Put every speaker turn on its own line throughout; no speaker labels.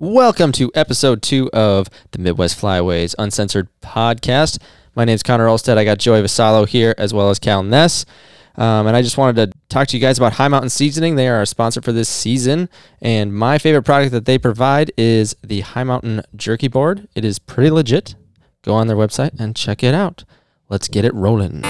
Welcome to episode two of the Midwest Flyways Uncensored podcast. My name's Connor Olstead. I got Joey Vasalo here as well as Cal Ness. Um, and I just wanted to talk to you guys about High Mountain Seasoning. They are our sponsor for this season. And my favorite product that they provide is the High Mountain Jerky Board. It is pretty legit. Go on their website and check it out. Let's get it rolling.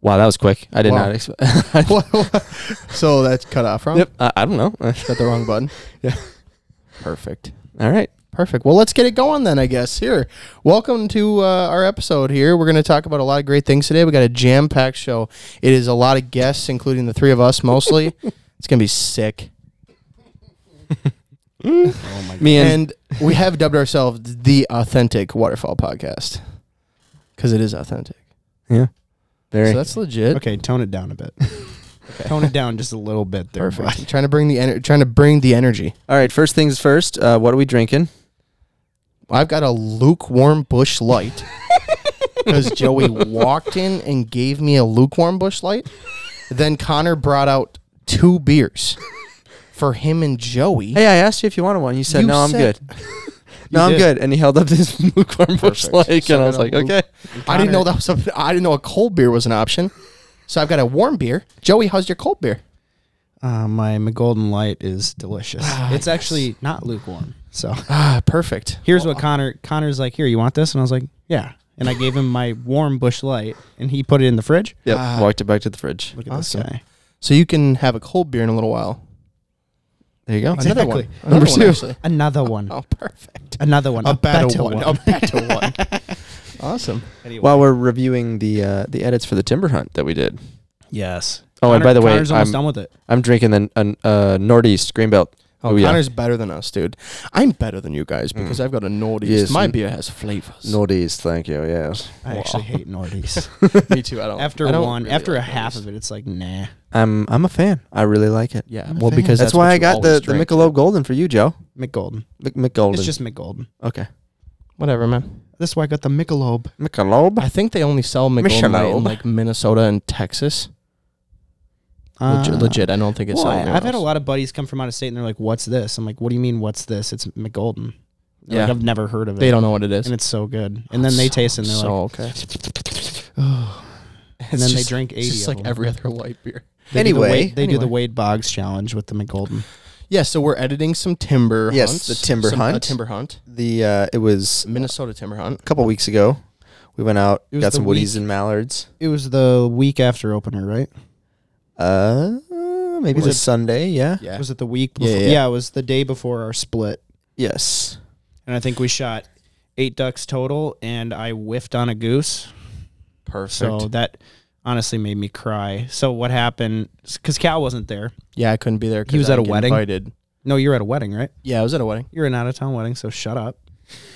Wow, that was quick. I did
Wow.
not expect.
What- what? so that's cut off wrong.
yep, I, I don't know.
Got the wrong button.
Yeah.
Perfect.
All right.
Perfect. Well, let's get it going then, I guess. Here. Welcome to uh, our episode here. We're going to talk about a lot of great things today. We got a jam packed show. It is a lot of guests, including the three of us mostly. it's going to be sick. Oh
Me and,
And we have dubbed ourselves the Authentic Waterfall Podcast because it is authentic.
yeah,
So
very.
that's legit.
Okay, tone it down a bit. Tone it down just a little bit there.
Perfect.
bud.
Trying to bring the ener- trying to bring the energy.
All right. First things first. Uh, what are we drinking?
I've got a lukewarm bush light because Joey walked in and gave me a lukewarm bush light. Then Connor brought out two beers for him and Joey.
Hey, I asked you if you wanted one. You said
You
no. I'm
said-
good. no, I'm
did.
good. And he held up his lukewarm bush
Perfect.
light,
So
and I
I
was
got a
like,
luke-
okay.
I didn't know that was a, I didn't know a cold beer was an option. So I've got a warm beer. Joey, how's your cold beer?
Uh, my golden light is delicious. it's actually not lukewarm. So
Ah, perfect.
here's what Connor Connor's like. Here, you want this? And I was like, yeah. And I gave him my warm bush light, and he put it in the fridge.
Yep. Walked it back to the fridge.
Look at this
Awesome.
guy.
So you can have a cold beer in a little while.
There you go.
Another one.
Exactly.
Another
Number
one,
two.
actually.
Another one.
Oh, perfect.
Another one.
A better
better
one. A better one. awesome.
Anyway.
While we're reviewing the uh, the edits for the timber hunt that we did.
yes.
Oh, and by the way,
Connor's almost
I'm-
done with it.
I'm drinking the n- uh, uh, Northeast Greenbelt.
Oh, Connor's better than us, dude. I'm better than you guys because I've got a naughty.
Yes,
My
n-
beer has flavors.
Northeast. Thank you. Yes.
I actually hate Nordies.
Me too. I don't.
after
Oh, I don't
one,
really
after a
like
half
those.
of it, it's like nah.
I'm I'm a fan. I really like it.
Yeah.
I'm a
well,
fan.
because
That's,
that's,
why
what
I
you
got the
always
the
drink.
Michelob Golden for you, Joe.
McGolden.
Mc- McGolden.
It's just McGolden.
okay.
Whatever, man.
That's why I got the Michelob.
Michelob.
I think they only sell Michelob Light
Michelob.
in like Minnesota and Texas. Legit,
Uh,
legit. I don't think it's.
Well, I-
selling.
I've had a lot of buddies come from out of state and they're like, "What's this?" I'm like, "What do you mean, what's this?" It's McGolden.
Yeah.
Like, I've never heard of it.
They don't know what it is.
and it's so good. And then they taste it and they're
so
like,
okay.
and then they drink
It's
eighty.
just
of
like
them.
every other white beer.
They do the
Anyway.
Wade- they do the
Anyway.
Wade Boggs challenge with the McGolden.
Yeah. So we're editing some timber.
Yes,
hunts,
the timber
some, uh,
hunt.
timber hunt.
The uh, it was
Minnesota timber hunt.
a couple weeks ago. We went out,
It was
got
the
some woodies
week-
and mallards.
It was the week after opener, right?
Uh, maybe
Was
the
it-
Sunday. Yeah.
Yeah.
Was it the week?
Yeah,
Before?
yeah.
it was the day before our split,
Yes.
and I think we shot eight ducks total, and I whiffed on a goose.
Perfect.
So that honestly made me cry. So what happened? Because Cal wasn't there.
yeah, I couldn't be there. 'cause
He was
I
at a
didn't get
wedding?
Invited.
No, you're at a wedding, right?
Yeah, I was at a wedding.
You're an out of town wedding, so shut up.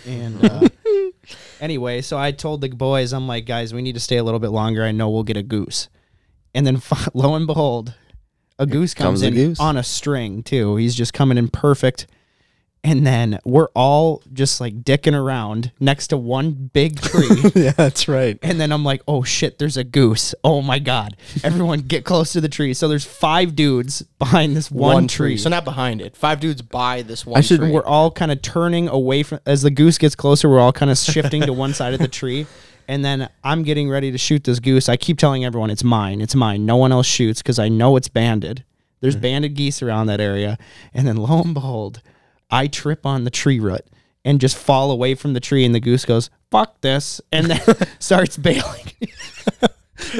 And uh, anyway, so I told the boys, I'm like, guys, we need to stay a little bit longer. I know we'll get a goose. And then lo and behold, a goose
comes
comes,
the
in
goose.
on a string too. He's just coming in perfect. And then we're all just like dicking around next to one big tree.
yeah, that's right.
And then I'm like, oh shit, there's a goose. Oh my God. Everyone get close to the tree. So there's five dudes behind this one, tree.
So not behind it. Five dudes by this one
I should,
tree.
we're all kind of turning away from, as the goose gets closer, we're all kind of shifting to one side of the tree. And then I'm getting ready to shoot this goose. I keep telling everyone, it's mine, it's mine. No one else shoots because I know it's banded. There's
Mm-hmm.
banded geese around that area. And then lo and behold, I trip on the tree root and just fall away from the tree. And the goose goes, fuck this. And then starts bailing.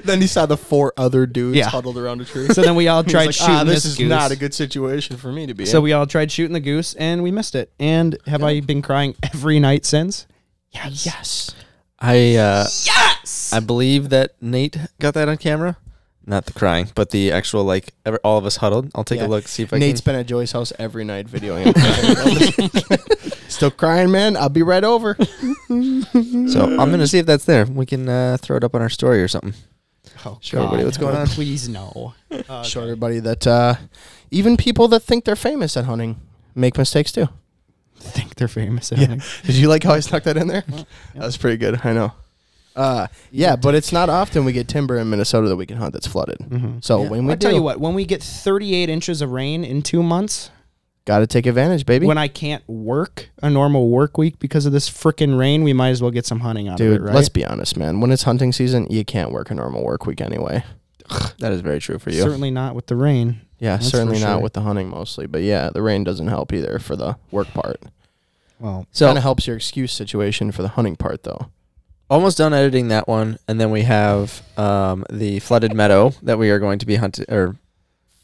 then he saw the four other dudes
Yeah.
huddled around a tree.
So then we all tried
He's like,
shooting
ah,
this,
this, is
goose.
not a good situation for me to be
so
in.
we all tried shooting the goose and we missed it. And have I been crying every night since?
Yes. yes.
I uh, yes. I believe that Nate got that on camera. Not the crying, but the actual like ever, all of us huddled. I'll take
Yeah.
a look, see if I
Nate's
can.
been at Joey's house every night videoing. it. Still crying, man. I'll be right over.
So I'm gonna see if that's there. We can uh, throw it up on our story or something.
Oh,
Sure, everybody, what's going on?
Please no. Uh,
Show everybody that uh, even people that think they're famous at hunting make mistakes too.
I think they're famous.
Did you like how I stuck that in there? That was pretty good. I know. Uh, yeah, but it's not often we get timber in Minnesota that we can hunt that's flooded. So when we
I
do,
Mm-hmm. tell you what, when we get 38 inches of rain in two months,
got to take advantage, baby.
when I can't work a normal work week because of this freaking rain, we might as well get some hunting out
Dude,
of it, right?
let's be honest, man. When it's hunting season, you can't work a normal work week anyway. that is very true for you.
Certainly not with the rain.
yeah,
that's for
certainly not
sure.
with the hunting mostly, but yeah, the rain doesn't help either for the work part.
Well,
So
kind of helps your excuse situation for the hunting part though.
almost done editing that one, and then we have um, the flooded meadow that we are going to be hunting, or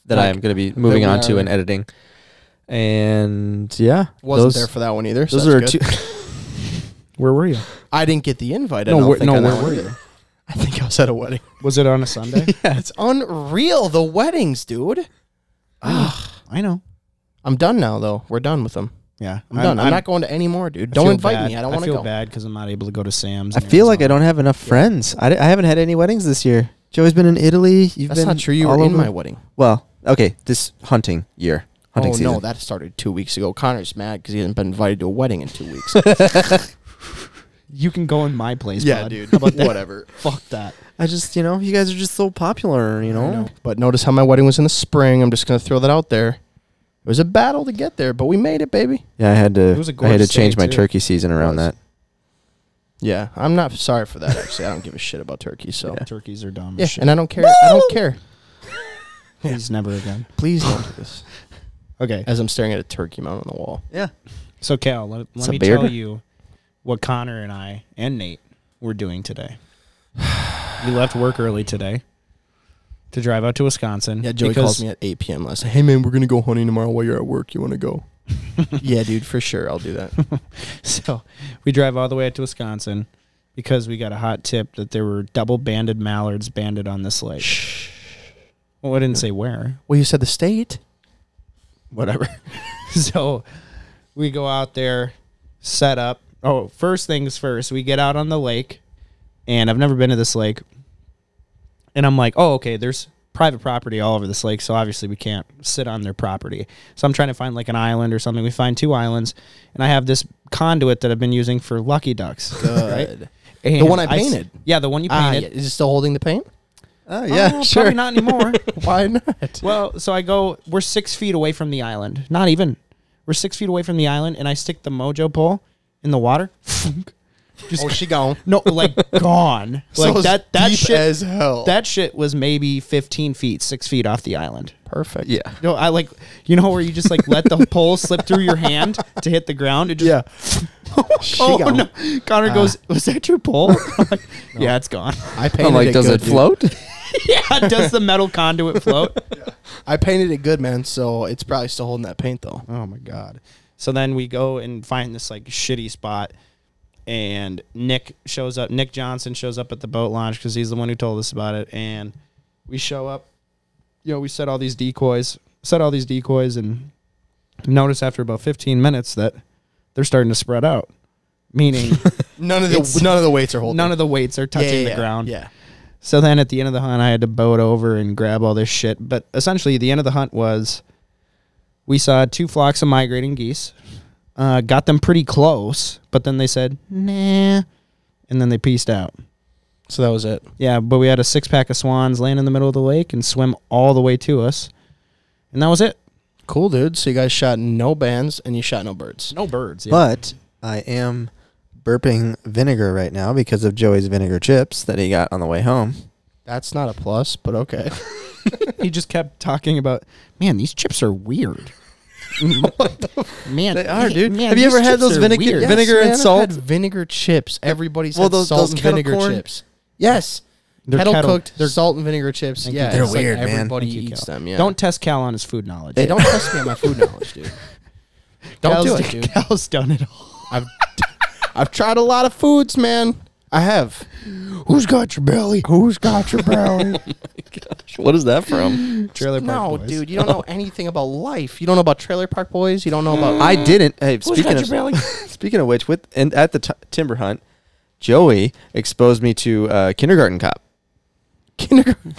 that I
Like,
am going to be moving
we
on to
are-
and editing. And yeah,
Wasn't
those,
there for that one either. so
those
that's
are
good.
two.
where were you?
I didn't get the invite. I
No,
don't
where-
think,
no,
on that
where
one
were
either. I think I was at a wedding.
Was it on a Sunday?
yeah, it's unreal. The weddings, dude. Ah,
I know.
I'm done now though. We're done with them.
Yeah,
I'm, done. I'm, not going to any more, dude. Don't
feel
invite
bad.
me. I don't want to
feel
go.
bad because I'm not able to go to Sam's.
I
in
feel like I
Arizona.
don't have enough friends. I, I haven't had any weddings this year. Joey's been in Italy. You've
That's
been
not true. You
all
were in
over-
my wedding.
Well, okay, this hunting year, hunting
oh
season.
no, that started two weeks ago. Connor's mad because he hasn't been invited to a wedding in two weeks.
You can go in my place. bud.
How about whatever.
Fuck that.
I just, you know, you guys are just so popular. You know,
But notice how my wedding was in the spring. I'm just gonna throw that out there. It was a battle to get there, but we made it, baby.
yeah, I had to.
was a
I had to
gorgeous
change
day,
my
too.
turkey season around that.
Yeah, I'm not sorry for that. Actually, I don't give a shit about turkey. So yeah,
Turkeys are dumb. as shit.
and I don't care. I don't care.
Please never again.
Please don't do this.
Okay.
As I'm staring at a turkey mount on the wall.
Yeah.
So Cal, let,
It's
let
a
me
beard.
tell you what Connor and I and Nate were doing today. we left work early today to drive out to Wisconsin.
Yeah, Joey
because
calls me at 8 p.m. last night. Hey, man, we're going to go hunting tomorrow while you're at work. You want to go? yeah, dude, for sure. I'll do that.
So we drive all the way out to Wisconsin because we got a hot tip that there were double banded mallards banded on this lake. Well, I didn't say where.
well, you said the state? Whatever.
So we go out there, set up. Oh, first things first, we get out on the lake, and I've never been to this lake. And I'm like, oh, okay, there's private property all over this lake, so obviously we can't sit on their property. So I'm trying to find like an island or something. We find two islands, and I have this conduit that I've been using for lucky ducks.
Good.
And
The one I
s-
painted.
yeah, the one you
Ah,
painted.
yeah. Is it still holding the paint?
Oh
Oh, Probably not anymore.
Why not?
well, so I go. We're six feet away from the island. Not even. We're six feet away from the island, and I stick the mojo pole in the water. Just
oh, she gone.
no, like gone.
So
Like
it's
that. That
deep
shit.
as hell.
that shit was maybe fifteen feet, six feet off the island.
Perfect.
Yeah.
No, I like you know where you just like let the pole slip through your hand to hit the ground. It just
Yeah.
oh
gone.
no!
Uh.
Connor goes, "Was that your pole?" I'm like, Yeah, it's gone.
I painted
I'm like,
it
does
good,
it
dude.
float?
yeah, does the metal conduit float?
I painted it good, man, so it's probably still holding that paint, though.
Oh my god. So then we go and find this like shitty spot and Nick shows up Nick Johnson shows up at the boat launch cuz he's the one who told us about it and we show up you know we set all these decoys set all these decoys and notice after about 15 minutes that they're starting to spread out meaning
None of the
It's-
none of the weights are holding.
none of the weights are touching the ground.
Yeah.
So then at the end of the hunt, I had to boat over and grab all this shit. But essentially, the end of the hunt was we saw two flocks of migrating geese, uh, got them pretty close, but then they said, nah, and then they peaced out.
So that was it.
Yeah, but we had a six pack of swans land in the middle of the lake and swim all the way to us. And that was it.
Cool, dude. So you guys shot no bands and you shot no birds.
No birds.
But I am burping vinegar right now because of Joey's vinegar chips that he got on the way home.
That's not a plus, but okay.
he just kept talking about, man, these chips are weird. man,
They are,
hey,
dude.
man,
Have you
these
ever had
chips
those
are
vinegar-
weird."
Yes, vinegar man, and I've salt? had
vinegar chips. Everybody's
Well,
well,
had those- salt
salt
those and
and
kettle
vinegar
vinegar corn- chips.
chips. Yes,
They're
kettle,
kettle-
cooked.
they're-
salt and vinegar chips.
Thank you,
yeah,
Cal.
it's like
They're weird, man.
Everybody
Thank you,
eats
Cal.
them. Yeah,
Don't test Cal on his food knowledge.
They don't trust me on my food knowledge, dude. Don't
Cal's,
do it, dude.
Cal's done it all.
I've I've tried a lot of foods, man. I have. Who's got your belly? Who's got your belly?
What is that from?
Trailer
no, dude, you don't know anything about life. You don't know about Trailer Park Boys. You don't know about.
I didn't. Hey,
Who's
speaking
got
of
your belly?
speaking of which, with and at the t- timber hunt, Joey exposed me to uh, Kindergarten Cop.
kindergarten.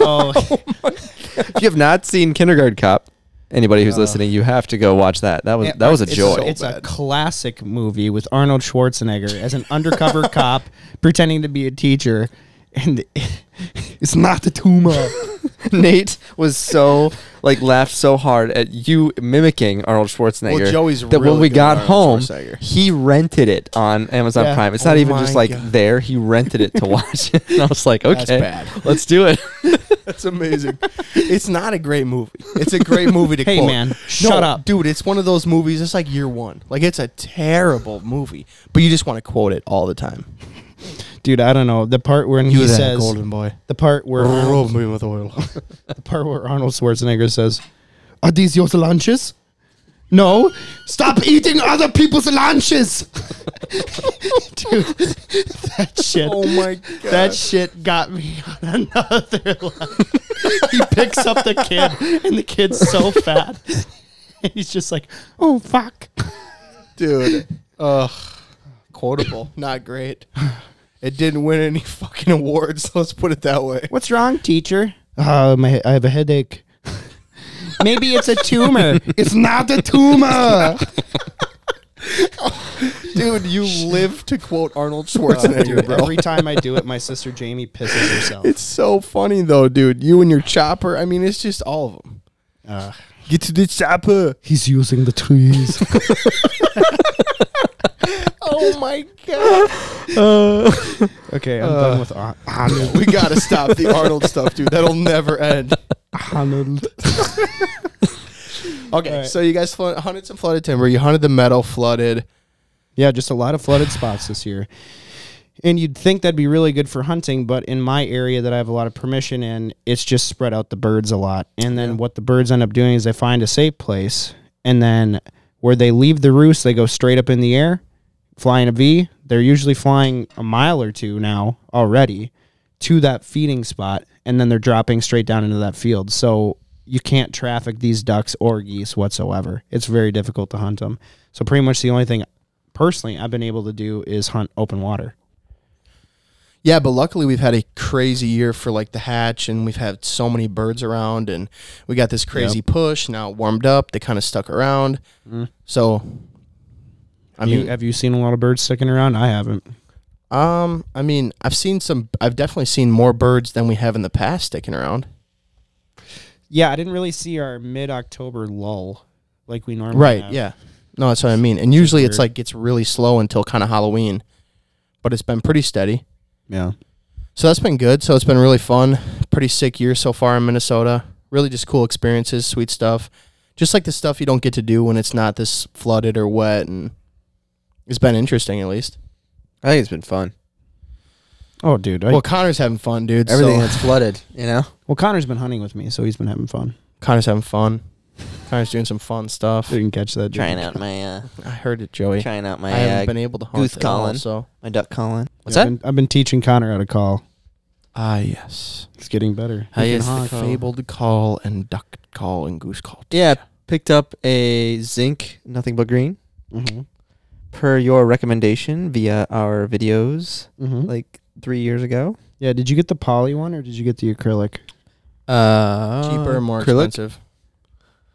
Oh,
if you have not seen Kindergarten Cop, Anybody
Uh.
who's listening, you have to go watch that. That was
Yeah,
that was a
it's
joy.
It's a classic movie with Arnold Schwarzenegger as an undercover cop pretending to be a teacher, and it's not the tumor.
Nate was so like laughed so hard at you mimicking Arnold Schwarzenegger.
Well, Joey's
that when
really
we
good
got
at
home,
Arnold Schwarzenegger.
he rented it on Amazon
Yeah.
Prime. It's not
Oh
even just
my
like
God.
there. He rented it to watch it. And I was like, okay,
That's bad.
let's do it.
That's amazing. it's not a great movie. It's a great movie to
Hey,
quote.
man, shut up.
dude. It's one of those movies. It's like year one. Like it's a terrible movie, but you just want to quote it all the time.
Dude, I don't know the part when he says
boy.
the part where
Rub me with oil.
the part where Arnold Schwarzenegger says, "Are these your lunches?" No, stop eating other people's lunches. Dude, that shit.
oh my god.
That shit got me on another level. he picks up the kid, and the kid's so fat. And he's just like, oh, fuck.
dude. Ugh. Quotable. Not great. It didn't win any fucking awards. Let's put it that way.
What's wrong, teacher? Uh, my, I have a headache. Maybe it's a tumor. it's not a tumor.
Dude, you live to quote Arnold Schwarzenegger, bro.
Every time I do it, my sister Jamie pisses herself.
It's so funny though, dude. You and your chopper. I mean, it's just all of them.
Uh,
Get to the chopper.
he's using the trees.
Oh my god.
okay, I'm done with Ar- Arnold.
we gotta stop the Arnold stuff, dude. That'll never end.
Arnold.
Okay,
All right.
so you guys flood, hunted some flooded timber. You hunted the metal flooded.
Yeah, just a lot of flooded spots this year. And you'd think that'd be really good for hunting, but in my area that I have a lot of permission in, it's just spread out the birds a lot. And then what the birds end up doing is they find a safe place, and then where they leave the roost, they go straight up in the air, fly in a V. They're usually flying a mile or two now already to that feeding spot, and then they're dropping straight down into that field. So you can't traffic these ducks or geese whatsoever. It's very difficult to hunt them. So pretty much the only thing personally I've been able to do is hunt open water.
Yeah, but luckily we've had a crazy year for like the hatch, and we've had so many birds around, and we got this crazy push. Now it warmed up, they kind of stuck around. So, I
You-
mean,
have you seen a lot of birds sticking around? I haven't.
um, I mean, I've seen some. I've definitely seen more birds than we have in the past sticking around.
Yeah, I didn't really see our mid-October lull like we normally
Right.
have.
Yeah. No, that's what I mean. And usually it's
weird.
like gets really slow until kind of Halloween, but it's been pretty steady.
Yeah.
So that's been good. So it's been really fun. Pretty sick year so far in Minnesota. Really just cool experiences, sweet stuff. Just like the stuff you don't get to do when it's not this flooded or wet. And it's been interesting at least.
I think it's been fun.
Oh, dude. I,
Well,
well,
Connor's having fun, dude.
Everything
so
that's flooded, you know.
Connor's been hunting with me, so he's been having fun.
Connor's having fun. Connor's doing some fun stuff.
Didn't catch that. did you?
Trying out my uh,
I heard it, Joey.
trying out
I
my
haven't
uh,
been able to hunt
goose
at all,
calling.
So
my duck calling. What's
I've
that?
Been, I've been teaching Connor how to call.
ah yes.
He's getting better.
How
He
you
can
is the
honk.
call.
fabled call and duck call and goose call.
Yeah, picked up a zinc, nothing but green, Mm-hmm.
Mhm.
per your recommendation via our videos
Mhm.
like three years ago.
yeah. Did you get the poly one or did you get the acrylic?
Uh,
Cheaper, more
acrylic?
expensive.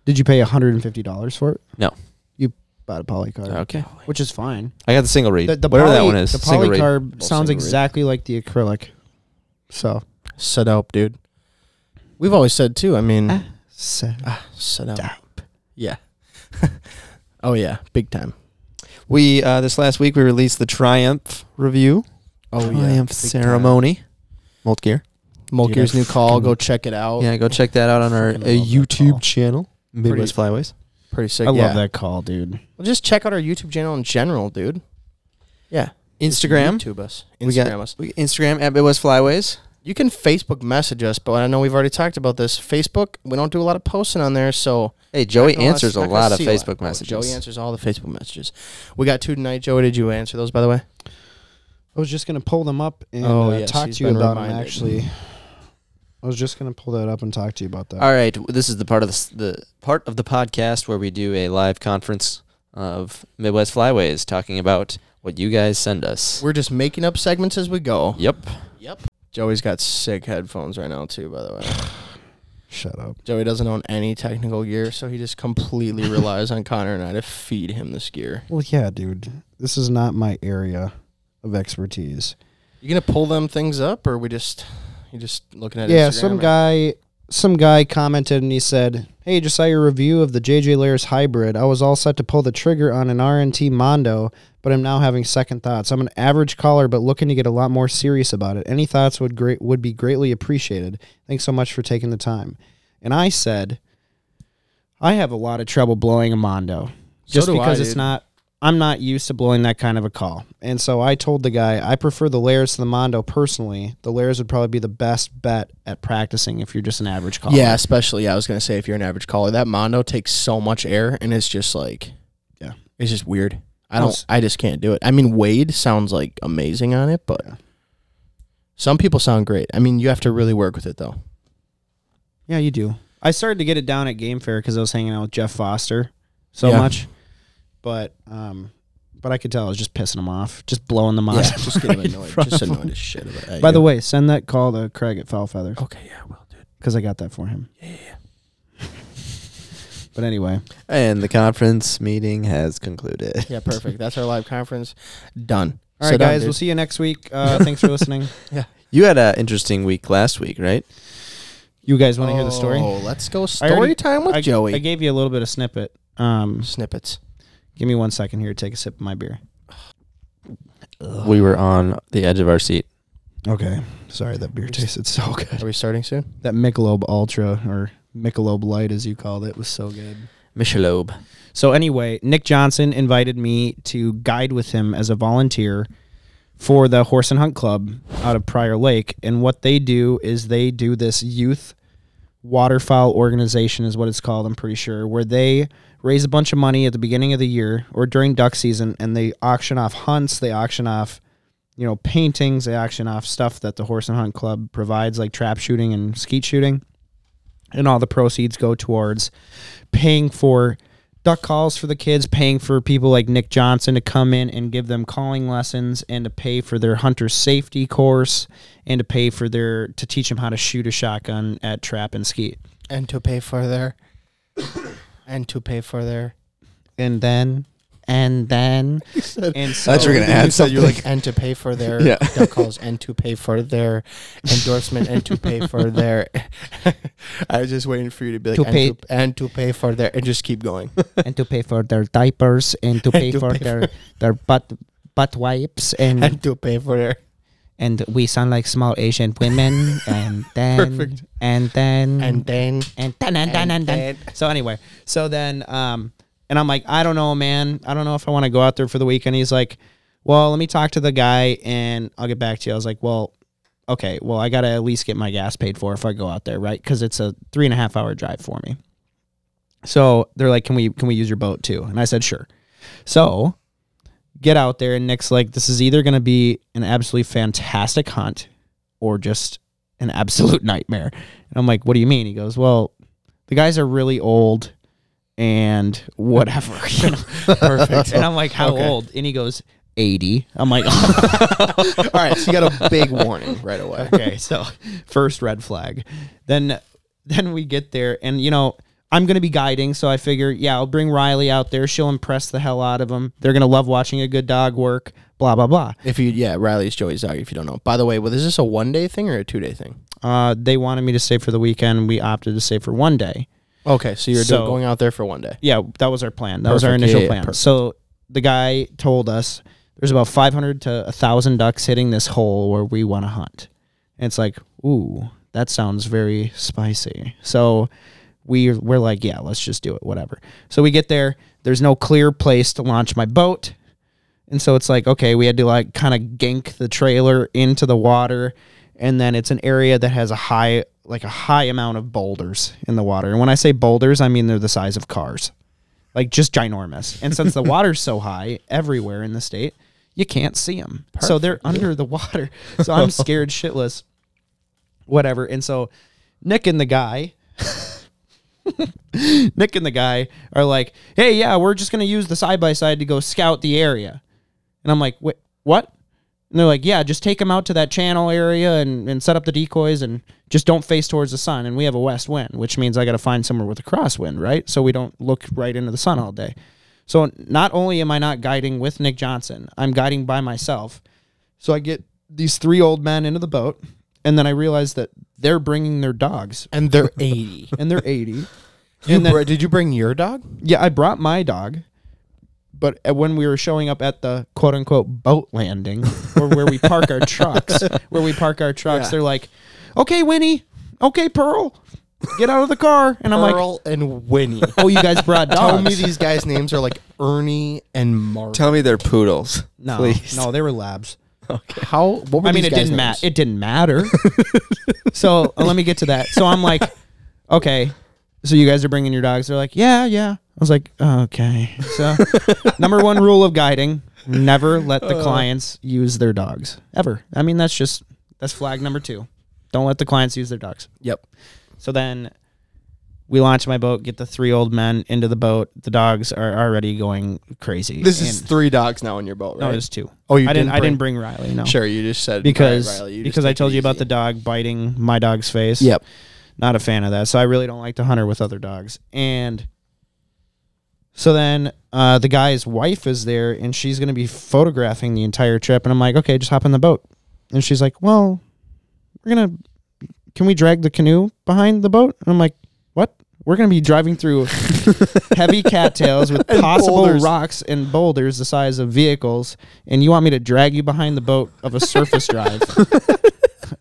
Did you pay hundred and fifty dollars for it?
No.
You bought a poly card,
Okay,
which is fine.
I got the single read.
The, the
Whatever that
poly-
one is,
The
single read.
polycarb sounds
single read.
exactly like the acrylic. So
Set up, dude. We've always said too. I mean, ah,
set
set up.
up.
Yeah. oh yeah, big time.
We uh, this last week we released the Triumph review,
Oh
Triumph
big time.
ceremony, Molt Gear.
Mulcair's
Dude, I
new call.
fucking-
Go check it out.
Yeah, go check Oh, that out on our uh,
Fucking love that call.
YouTube channel, Midwest
Pretty-
Flyways.
Pretty sick.
I
yeah.
love that call, dude.
Well, just check out our YouTube channel in general, dude. Yeah. Just
Instagram,
YouTube us.
We got-
Instagram us.
We- Instagram at Midwest Flyways.
You can Facebook message us, but I know we've already talked about this. Facebook, we don't do a lot of posting on there, so
Hey, Joey
Not gonna
answers a
s- not
lot
gonna
of
see
Facebook
Oh,
messages.
Joey answers all the Facebook messages. We got two tonight. Joey, did you answer those by the way?
I was just gonna pull them up and
Oh,
uh,
yes,
talk
he's
to you
been
about them.
reminded.
Actually, I was just gonna pull that up and talk to you about that.
All right, w- this is the part of the, s- the part of the podcast where we do a live conference of Midwest Flyways, talking about what you guys send us.
We're just making up segments as we go.
Yep.
Joey's got sick headphones right now too. By the way,
Shut up.
Joey doesn't own any technical gear, so he just completely relies on Connor and I to feed him this gear.
Well, yeah, dude. This is not my area of expertise.
You gonna pull them things up, or we just you just looking at
yeah,
Instagram
some
and-
guy some guy commented and he said, "Hey, just saw your review of the JJ Layers hybrid. I was all set to pull the trigger on an RNT Mondo, but I'm now having second thoughts. I'm an average caller, but looking to get a lot more serious about it. Any thoughts would great would be greatly appreciated. Thanks so much for taking the time." And I said, "I have a lot of trouble blowing a Mondo,
So
just
do I,
because it's
dude.
not." I'm not used to blowing that kind of a call. And so I told the guy I prefer the layers to the Mondo personally. The layers would probably be the best bet at practicing if you're just an average caller.
Yeah, especially yeah, I was gonna say if you're an average caller, that Mondo takes so much air and it's just like
Yeah.
It's just weird. I
Well,
don't
it's-
I just can't do it. I mean Wade sounds like amazing on it, but some people sound great. I mean you have to really work with it though.
Yeah, you do. I started to get it down at Game Fair because I was hanging out with Jeff Foster so
Yeah.
much, but um, but I could tell I was just pissing him off, just blowing the
Yeah,
mind.
just getting annoyed. Just annoyed as shit about it.
By the way, send that call to Craig at Foul Feathers
Okay, yeah, well dude.
because I got that for him. Yeah. but anyway,
And the conference meeting has concluded.
Yeah, perfect. That's our live conference. Done.
all right,
Sit down,
guys,
dude.
we'll see you next week. Uh, thanks for listening.
You had an interesting week last week, right?
You guys want to hear the story?
Oh, let's go
I
story
already-
time with
I,
Joey.
I gave you a little bit of snippet. Um,
Snippets.
give me one second here to take a sip of my beer.
We were on the edge of our seat.
Okay, sorry that beer tasted so good.
Are we starting soon?
That Michelob Ultra or Michelob Light, as you called it, was so good.
Michelob.
So anyway, Nick Johnson invited me to guide with him as a volunteer for the Horse and Hunt Club out of Prior Lake, and what they do is they do this youth waterfowl organization is what it's called i'm pretty sure where they raise a bunch of money at the beginning of the year or during duck season and they auction off hunts they auction off you know paintings they auction off stuff that the horse and hunt club provides like trap shooting and skeet shooting and all the proceeds go towards paying for duck calls for the kids paying for people like nick johnson to come in and give them calling lessons and to pay for their hunter safety course and to pay for their to teach them how to shoot a shotgun at trap and skeet
And to pay for their and to pay for their
and then and then and so
That's what we're gonna add something.
You're like and to pay for their
Yeah.
duck calls and to pay for their endorsement and to pay for their I was just waiting for you to be like
To
and,
pay-
to, and to pay for their and just keep going.
and to pay for their diapers and to pay
to
for
pay
their their butt butt wipes and
and to pay for their
and we sound like small asian women and then
Perfect.
and then
and then
and then and then and then so anyway so then um and i'm like i don't know man i don't know if i want to go out there for the weekend he's like well let me talk to the guy and i'll get back to you i was like well okay well i gotta at least get my gas paid for if i go out there right because it's a three and a half hour drive for me so they're like can we can we use your boat too and i said sure so get out there and nick's like this is either gonna be an absolutely fantastic hunt or just an absolute nightmare and i'm like what do you mean he goes well the guys are really old and whatever. You know?
perfect.
and I'm like, how
Okay.
old? And he goes, 80. I'm like,
All right, so you got a big warning right away.
okay, so first red flag. Then then we get there and you know, I'm going to be guiding, so I figure, yeah, I'll bring Riley out there. She'll impress the hell out of them. They're going to love watching a good dog work, blah blah blah.
If you yeah, Riley's Joey's dog. If you don't know, by the way, well, is this a one day thing or a two day thing?
Uh, they wanted me to stay for the weekend. We opted to stay for one day.
Okay, so you're
So-
doing going out there for one day.
Yeah, that was our plan. That was our
Perfect.
initial
Yeah, yeah,
plan.
perfect.
So the guy told us there's about 500 to 1,000 ducks hitting this hole where we want to hunt. And it's like, ooh, that sounds very spicy. So we we're like, yeah, let's just do it, whatever. So we get there. There's no clear place to launch my boat. And so it's like, okay, we had to like kind of gank the trailer into the water. And then it's an area that has a high, like a high amount of boulders in the water. And when I say boulders, I mean they're the size of cars, like just ginormous. And since the water's so high everywhere in the state, you can't see them. So they're under the water. So I'm scared shitless, whatever. And so Nick and the guy, Nick and the guy are like, hey, yeah, we're just going to use the side by side to go scout the area. And I'm like, wait, what? And they're like, yeah, just take them out to that channel area and, and set up the decoys and just don't face towards the sun. And we have a west wind, which means I got to find somewhere with a crosswind, right? So we don't look right into the sun all day. So not only am I not guiding with Nick Johnson, I'm guiding by myself. So I get these three old men into the boat, and then I realize that they're bringing their dogs,
And they're 80.
and they're 80.
you
And then-
br- did you bring your dog?
Yeah, I brought my dog, but uh, when we were showing up at the quote unquote boat landing, or where we park our trucks, where we park our trucks, they're like, "Okay, Winnie, okay, Pearl, get out of the car," and I'm like,
Earl and Winnie.
"Oh, you guys brought
Tell me
dogs?
these guys' names are like Ernie and Mark.
Tell me they're poodles.
no,
please.
no, they were labs."
How? What were
I mean,
these
it
guys'
didn't
names?
matter. It didn't matter. so uh, let me get to that. So I'm like, okay. So you guys are bringing your dogs. They're like, yeah, yeah. I was like, okay. So number one rule of guiding: never let the
Uh.
clients use their dogs ever. I mean, that's just that's flag number two. Don't let the clients use their dogs.
Yep.
So then we launch my boat, get the three old men into the boat. The dogs are already going crazy.
This is
And-
three dogs now in your boat,
no,
right?
there's two.
Oh, you
I
didn't
I didn't
bring-
bring Riley. No,
sure, you just said
because
"All right, Riley, you just
because I
take it
told you about
easy."
the dog biting my dog's face.
Yep.
Not a fan of that. So I really don't like to hunt her with other dogs. And so then uh, the guy's wife is there and she's going to be photographing the entire trip. And I'm like, okay, just hop in the boat. And she's like, well, we're going to, can we drag the canoe behind the boat? And I'm like, what? We're going to be driving through heavy cattails with possible
boulders.
rocks and boulders the size of vehicles. And you want me to drag you behind the boat of a surface drive?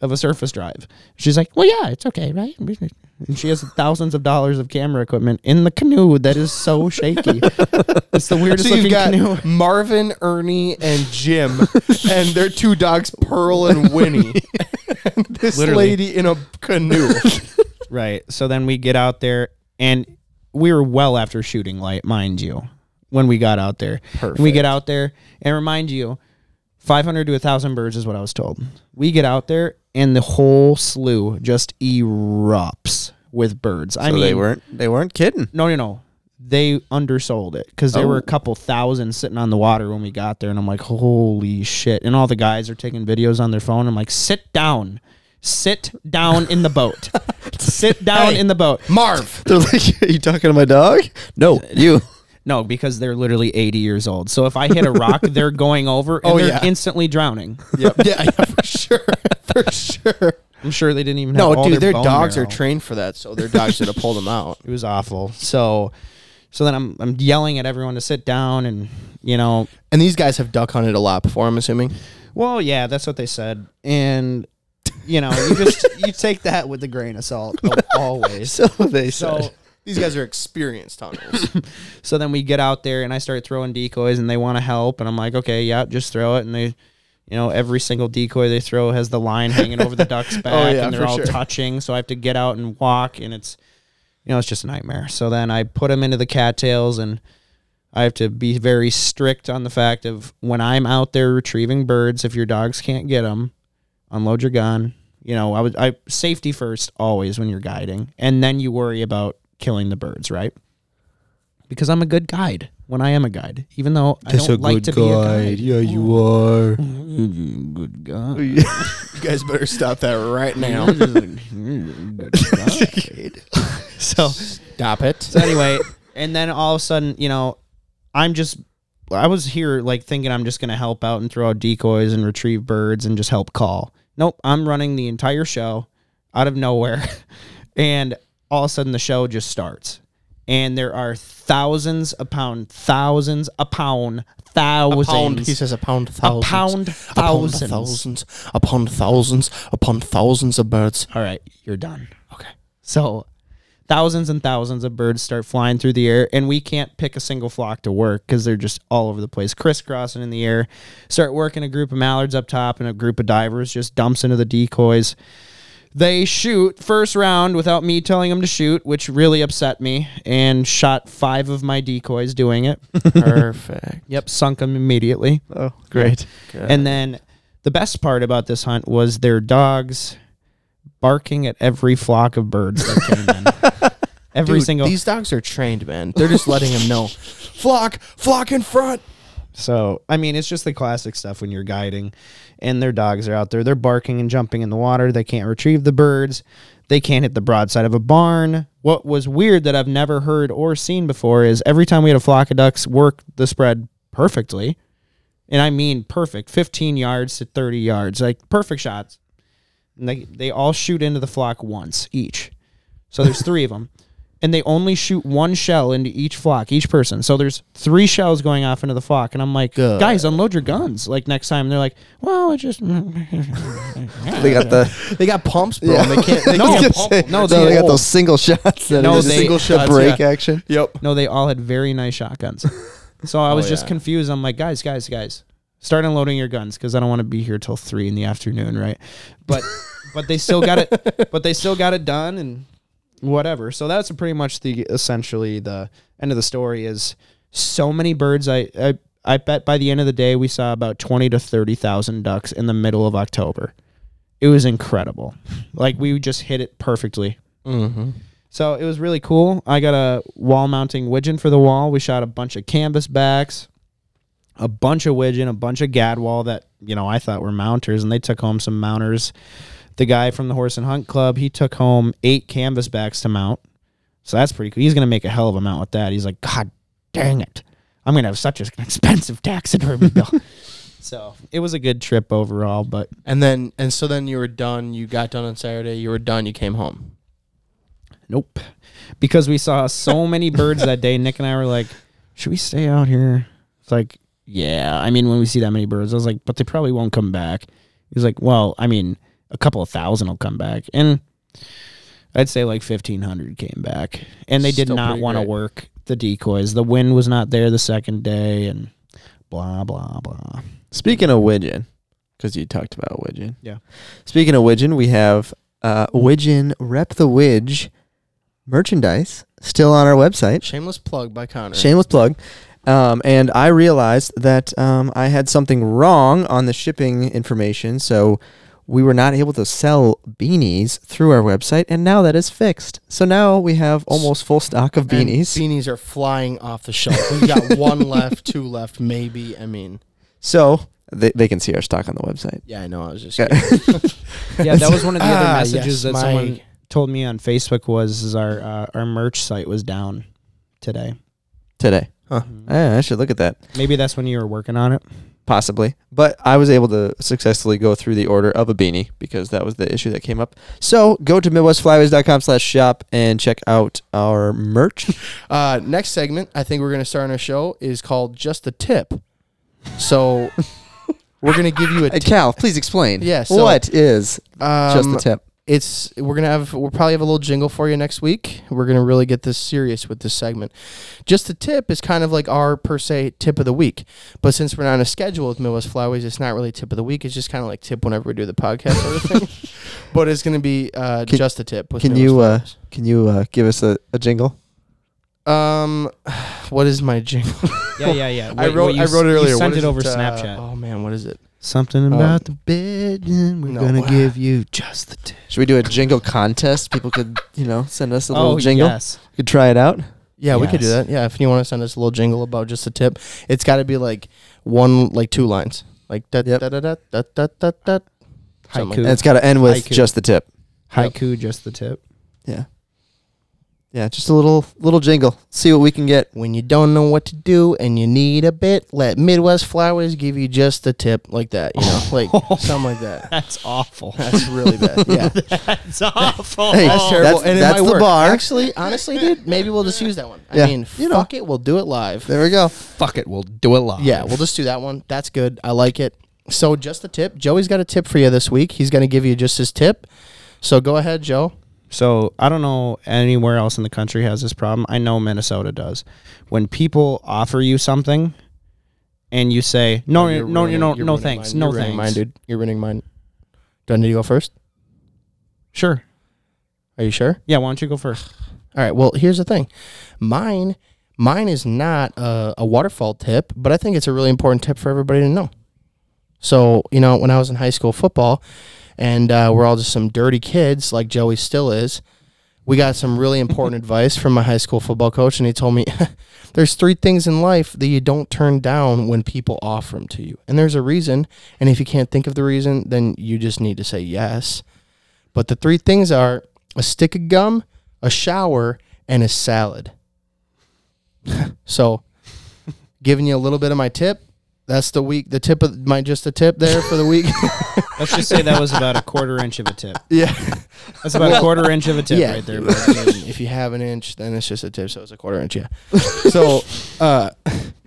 of a surface drive. She's like, well, yeah, it's okay, right? And she has thousands of dollars of camera equipment in the canoe that is so shaky. it's the weirdest
So you've
looking
got
canoe.
Marvin, Ernie, and Jim, and their two dogs, Pearl and Winnie. and this
Literally.
lady in a canoe.
Right. So then we get out there, and we were well after shooting light, mind you, when we got out there. Perfect. We get out there, and remind you, 500 to 1,000 birds is what I was told. We get out there, and the whole slew just erupts with birds. I
So
mean,
they weren't they weren't kidding.
no, no, no. They undersold it because there were
Oh.
a couple thousand sitting on the water when we got there, and I'm like, holy shit! And all the guys are taking videos on their phone. I'm like, sit down, sit down in the boat, sit down in the boat.
Marv.
They're like, "Are you talking to my dog?" No, you.
No, because they're literally 80 years old. So if I hit a rock, they're going over and
Oh,
they're
yeah.
instantly drowning.
Yep. Yeah, yeah, for sure. For sure.
I'm sure they didn't even have
No,
all
dude, their
bone
dogs are
marrow.
trained for that, so their dogs should have pulled them out.
It was awful. So, so then I'm I'm yelling at everyone to sit down and you know
And these guys have duck hunted a lot before, I'm assuming.
Well, yeah, that's what they said, and you know, you just you take that with a grain of salt always.
So they
So,
These guys are experienced hunters.
so then we get out there, and I start throwing decoys, and they want to help, and I'm like, okay, yeah, just throw it, and they. You know, every single decoy they throw has the line hanging over the duck's back,
Oh, yeah,
and they're
for
all
sure.
touching. So I have to get out and walk, and it's, you know, it's just a nightmare. So then I put them into the cattails, and I have to be very strict on the fact of when I'm out there retrieving birds, if your dogs can't get them, unload your gun. You know, I would I safety first always when you're guiding, and then you worry about killing the birds, right? Because I'm a good guide when I am a guide, even though I don't like to be a guide.
Yeah, you are.
Good guide.
you guys better stop that right now.
So
Stop it.
So anyway, and then all of a sudden, you know, I'm just I was here like thinking I'm just gonna help out and throw out decoys and retrieve birds and just help call. Nope, I'm running the entire show out of nowhere. and all of a sudden the show just starts. And there are thousands upon thousands upon thousands
Pound. He says a pound thousands.
pound
Upon
thousands.
thousands. Upon thousands. Upon thousands of birds.
all right, you're done. Okay. So thousands and thousands of birds start flying through the air, and we can't pick a single flock to work because they're just all over the place, crisscrossing in the air. Start working a group of mallards up top, and a group of divers just dumps into the decoys. They shoot first round without me telling them to shoot, which really upset me, and shot five of my decoys doing it.
Perfect.
yep, sunk them immediately.
oh, great.
And then the best part about this hunt was their dogs barking at every flock of birds that came in. Every
Dude,
single
These dogs are trained, man. They're just letting them know. Flock, flock in front.
So, I mean, it's just the classic stuff when you're guiding and their dogs are out there. They're barking and jumping in the water. They can't retrieve the birds. They can't hit the broadside of a barn. What was weird that I've never heard or seen before is every time we had a flock of ducks work the spread perfectly, and I mean perfect, 15 yards to 30 yards, like perfect shots. And they, they all shoot into the flock once each. So there's three of them. And they only shoot one shell into each flock, each person. So there's three shells going off into the flock. And I'm like,
Good.
guys, unload your guns. Like next time, they're like, well, it just.
They got the
They got pumps, bro. and They can't. They
No.
can't
Oh,
pump 'em.
no,
no, they got
old.
those single shots. That
No,
no,
they-
single
Single
shot
shots,
break
yeah.
action.
Yep. Oh,
No, they all had very nice shotguns. So I was just
yeah.
confused. I'm like, guys, guys, guys, start unloading your guns because I don't want to be here till three in the afternoon, right? But but they still got it. But they still got it done and whatever. So that's pretty much the essentially the end of the story is so many birds. I I, I bet by the end of the day we saw about twenty to thirty thousand ducks in the middle of October. It was incredible. Like we just hit it perfectly.
Mm-hmm.
So it was really cool. I got a wall mounting widgeon for the wall. We shot a bunch of canvas backs, a bunch of widgeon, a bunch of gadwall that, you know, I thought were mounters, and they took home some mounters. The guy from the Horse and Hunt Club, he took home eight canvas backs to mount. So that's pretty cool. He's going to make a hell of a mount with that. He's like, God dang it. I'm going to have such an expensive taxidermy bill. so it was a good trip overall, but
And then and so then you were done. You got done on Saturday. You were done. You came home.
Nope. Because we saw so many birds that day. Nick and I were like, should we stay out here? It's like, yeah. I mean, when we see that many birds, I was like, but they probably won't come back. He's like, well, I mean, a couple of thousand will come back. And I'd say like 1,500 came back. And they did
Still
not
pretty
want to
great.
work the decoys. The wind was not there the second day and blah, blah, blah.
Speaking of Widgeon, because you talked about Widgeon.
Yeah.
Speaking of Widgeon, we have uh, Widgeon Rep the Widge merchandise still on our website.
Shameless plug by Connor.
Shameless plug. Um, and I realized that um, I had something wrong on the shipping information, so we were not able to sell beanies through our website, and now that is fixed. So now we have almost full stock of
And
beanies.
beanies are flying off the shelf. We've got one left, two left, maybe. I mean,
so they, they can see our stock on the website.
yeah, I know. I was just.
Yeah.
Yeah, that was one of the other
Ah,
messages
yes,
that
my-
someone told me on Facebook was is our uh, our merch site was down today.
Today.
Huh.
Yeah, I should look at that.
Maybe that's when you were working on it.
possibly. But I was able to successfully go through the order of a beanie because that was the issue that came up. So go to MidwestFlyways.com slash shop and check out our merch.
Uh, next segment, I think we're going to start on our show is called Just the Tip. So we're going to give you a
Hey,
tip.
Cal, please explain.
Yeah, so-
what is just
um,
the tip?
It's we're gonna have we'll probably have a little jingle for you next week. We're gonna really get this serious with this segment. Just the tip is kind of like our per se tip of the week, but since we're not on a schedule with Midwest Flyways, it's not really tip of the week. It's just kind of like tip whenever we do the podcast sort of thing. But it's gonna be uh,
Can-
just a tip. With
Can
Midwest
you uh,
Flyways.
can you uh, give us a, a jingle? uh,
Um, what is my jingle?
Yeah, yeah, yeah.
I wrote I wrote it earlier.
You
What
sent
is
it over
uh,
Snapchat.
oh man, what is it? Um,
Something
about
the bed, and
we're gonna give
you just the tip.
Should we do a jingle contest? People could, you know, send us a
Oh,
little jingle.
Oh, yes.
We could try it out.
Yeah, we could do
Yes.
that. Yeah, if you want to send us a little jingle about just a tip, it's got to be like one, like two lines, like da da
Yep.
da da da da da da. Something like
Haiku.
And it's got to end with
Haiku.
just the tip.
Haiku, just the tip.
Yeah. Yeah, just a little little jingle. See what we can get.
When you don't know what to do and you need a bit, let Midwest Flowers give you just the tip, like that. You know, like something like that.
That's awful.
That's really bad. Yeah,
That's awful.
Hey,
that's
That's,
terrible. Oh, and it
that's
might
the
work.
bar.
Actually, honestly, dude, maybe we'll just use that one.
Yeah,
I mean,
you know.
fuck it, we'll do it live.
There we go.
Fuck it, we'll do it live.
Yeah, we'll just do that one. That's good. I like it. So just a tip. Joey's got a tip for you this week. He's going to give you just his tip. So go ahead, Joe.
So I don't know anywhere else in the country has this problem. I know Minnesota does. When people offer you something, and you say
Oh,
no, no, no, no, no, no, thanks, no thanks.
Mine, dude. You're ruining mine. Do I need to go first?
Sure.
Are you sure?
Yeah. Why don't you go first?
All right. Well, here's the thing. Mine, mine is not a, a waterfall tip, but I think it's a really important tip for everybody to know. So you know, when I was in high school football, and uh, we're all just some dirty kids, like Joey still is, we got some really important advice from my high school football coach, and he told me there's three things in life that you don't turn down when people offer them to you. And there's a reason. And if you can't think of the reason, then you just need to say yes. But the three things are a stick of gum, a shower, and a salad. so, giving you a little bit of my tip. That's the week, the tip of my, just the tip there for the week.
Let's just say that was about a quarter inch of a tip.
yeah.
That's about a quarter inch of a tip
yeah.
right there.
I mean, if you have an inch, then it's just a tip, so it's a quarter inch. Yeah. so, uh,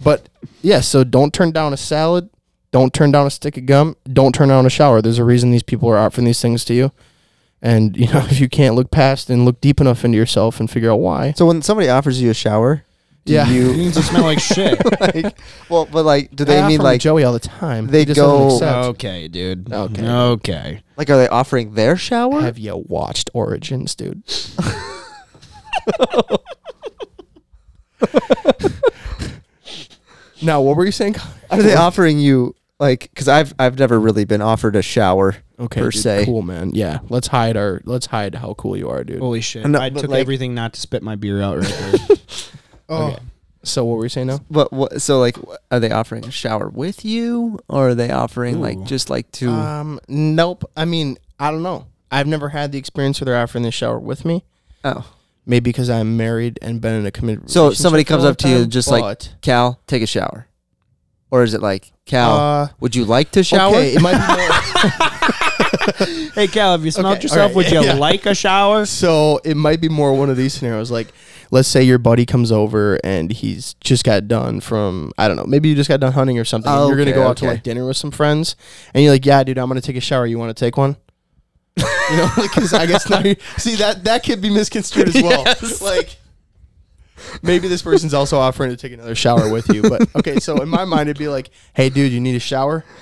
but yeah, so don't turn down a salad. Don't turn down a stick of gum. Don't turn down a shower. There's a reason these people are offering these things to you. And you know, if you can't look past and look deep enough into yourself and figure out why,
So when somebody offers you a shower, do
Yeah.
It
you
means you smell like shit.
like well, but like do they
I offer
mean
them
like
Joey all the time?
they
He just doesn't
go-
accept.
okay, dude.
Okay.
Okay.
like are they offering their shower?
Have you watched Origins, dude? now, what were you saying? Connor?
are they offering you like cuz I've I've never really been offered a shower
okay,
per
dude,
se.
Cool, man. Yeah, let's hide our let's hide how cool you are, dude.
Holy shit.
No,
I
but
took
like-
everything not to spit my beer out right there.
Oh,
So what were you saying now?
But what so like wh- are they offering a shower with you or are they offering like
Ooh.
just like to
Um, nope. I mean, I don't know. I've never had the experience where they're offering the shower with me.
Oh.
Maybe because I'm married and been in a committed.
So if somebody
relationship for a
comes
long
up to you
time,
and just like
but,
Cal, take a shower. Or is it like Cal,
uh,
would you like to shower?
okay, it might be more,
hey, Cal, have you smelled
Okay,
yourself?
alright,
Would you
yeah.
like a shower?
so it might be more one of these scenarios. Like, let's say your buddy comes over and he's just got done from I don't know. Maybe you just got done hunting or something. and you're gonna
Okay,
go out to
okay.
like dinner with some friends, and you're like, "Yeah, dude, I'm gonna take a shower. You want to take one?" you know, because I guess now you see that that could be misconstrued as well. Like maybe this person's also offering to take another shower with you. But okay, so in my mind it'd be like, hey dude, you need a shower?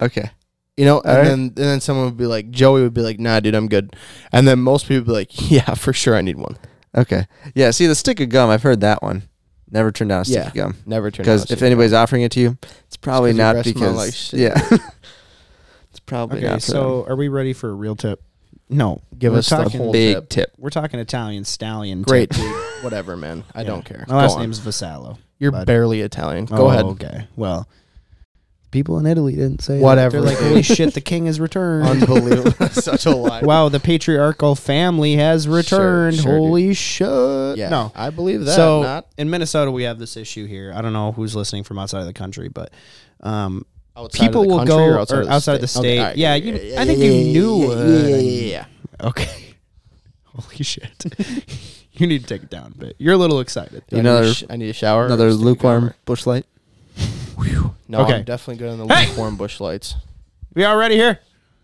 Okay.
You know, and
All right.
then and then someone would be like, Joey would be like, nah, dude, I'm good. And then most people would be like, yeah, for sure, I need one.
Okay. Yeah, see the stick of gum, I've heard that one. Never turn down a stick of gum.
never turn.
Because if anybody's offering it to you, it's probably
'cause your
not
breath smell
because
like shit.
yeah, it's probably
Okay,
not. for
so are we ready for a real tip? No.
give
we're
us the
talking-
whole
Big
tip.
tip.
We're talking Italian stallion. tip.
Great, dude. Whatever, man. I don't care.
My last
Go on.
name's Vasallo.
You're
bud.
barely Italian. Go
Oh,
ahead.
Okay. Well, people in Italy didn't say that.
Whatever,
They're like,
dude.
holy shit, the king has returned.
Unbelievable. Such a lie.
wow, the patriarchal family has returned.
sure, dude.
holy shit.
Yeah,
No.
I believe that.
so
not
in Minnesota, we have this issue here. I don't know who's listening from outside of the country, but um,
outside
people
of the
will
country
go
or
outside, or of, outside the state.
Okay, all right,
yeah, you, I think you knew.
Yeah,
uh,
yeah, yeah, yeah.
Okay. Holy shit. you need to take it down a bit. You're a little excited.
Do I need a
Another-
sh- I need a shower. or
another
just take a
lukewarm
shower?
bushlight.
No,
Okay.
I'm definitely good on the
Hey!
lukewarm bush lights.
We all ready here?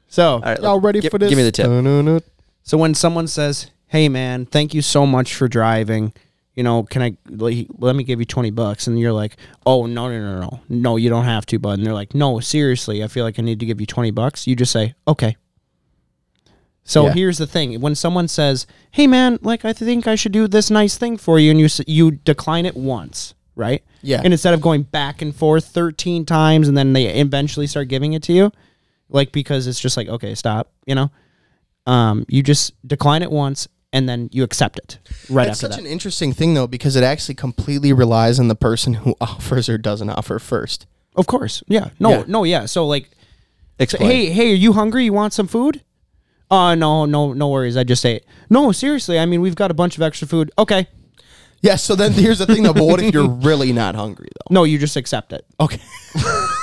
So,
All right,
Y'all ready
gi-
for this?
Give me the tip.
Dun-dun-dun.
so when someone says, "Hey man, thank you so much for driving," you know, can I like, let me give you 20 bucks and you're like, "Oh, no, no, no, no. No, you don't have to, bud." And they're like, "No, seriously, I feel like I need to give you 20 bucks." You just say, "Okay." So
Yeah.
here's the thing. When someone says, "Hey man, like I think I should do this nice thing for you," and you s- you decline it once, right?
Yeah.
And instead of going back and forth 13 times and then they eventually start giving it to you, like because it's just like, "Okay, stop," you know? Um, you just decline it once and then you accept it right
That's
after
such
that.
an interesting thing, though, because it actually completely relies on the person who offers or doesn't offer first.
of course. Yeah. No,
Yeah.
no, yeah. So like
Explain.
hey, hey, are you hungry? You want some food? Uh no, no, no worries. I just ate. No, seriously. I mean, we've got a bunch of extra food. Okay.
Yeah. So then here's the thing, though. But what if you're really not hungry, though?
No, you just accept it.
Okay.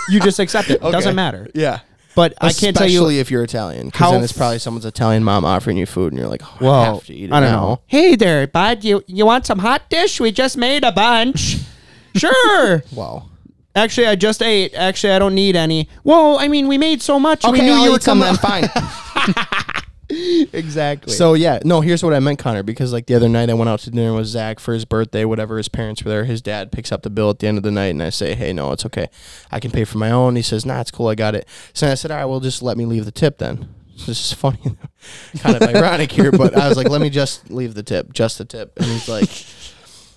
You just accept it.
Okay.
Doesn't matter.
Yeah.
But I can't tell you.
Especially if you're Italian, because
how
then it's
f-
probably someone's Italian mom offering you food, and you're like, oh, I
Well,
have to
I
eat
don't
it now."
know. Hey there, bud. You you want some hot dish? We just made a bunch. sure.
Wow.
Actually, I just ate. Actually, I don't need any. Well, I mean, we made so much. we knew you would come.
then. Fine.
Exactly.
So yeah, no. Here's what I meant, Connor. Because like the other night, I went out to dinner with Zach for his birthday. Whatever his parents were there. His dad picks up the bill at the end of the night, and I say, "Hey, no, it's okay. I can pay for my own." He says, "Nah, it's cool. I got it." So I said, "All right, well, just let me leave the tip then." This is funny, kind of ironic here, but I was like, "Let me just leave the tip, just the tip." And he's like,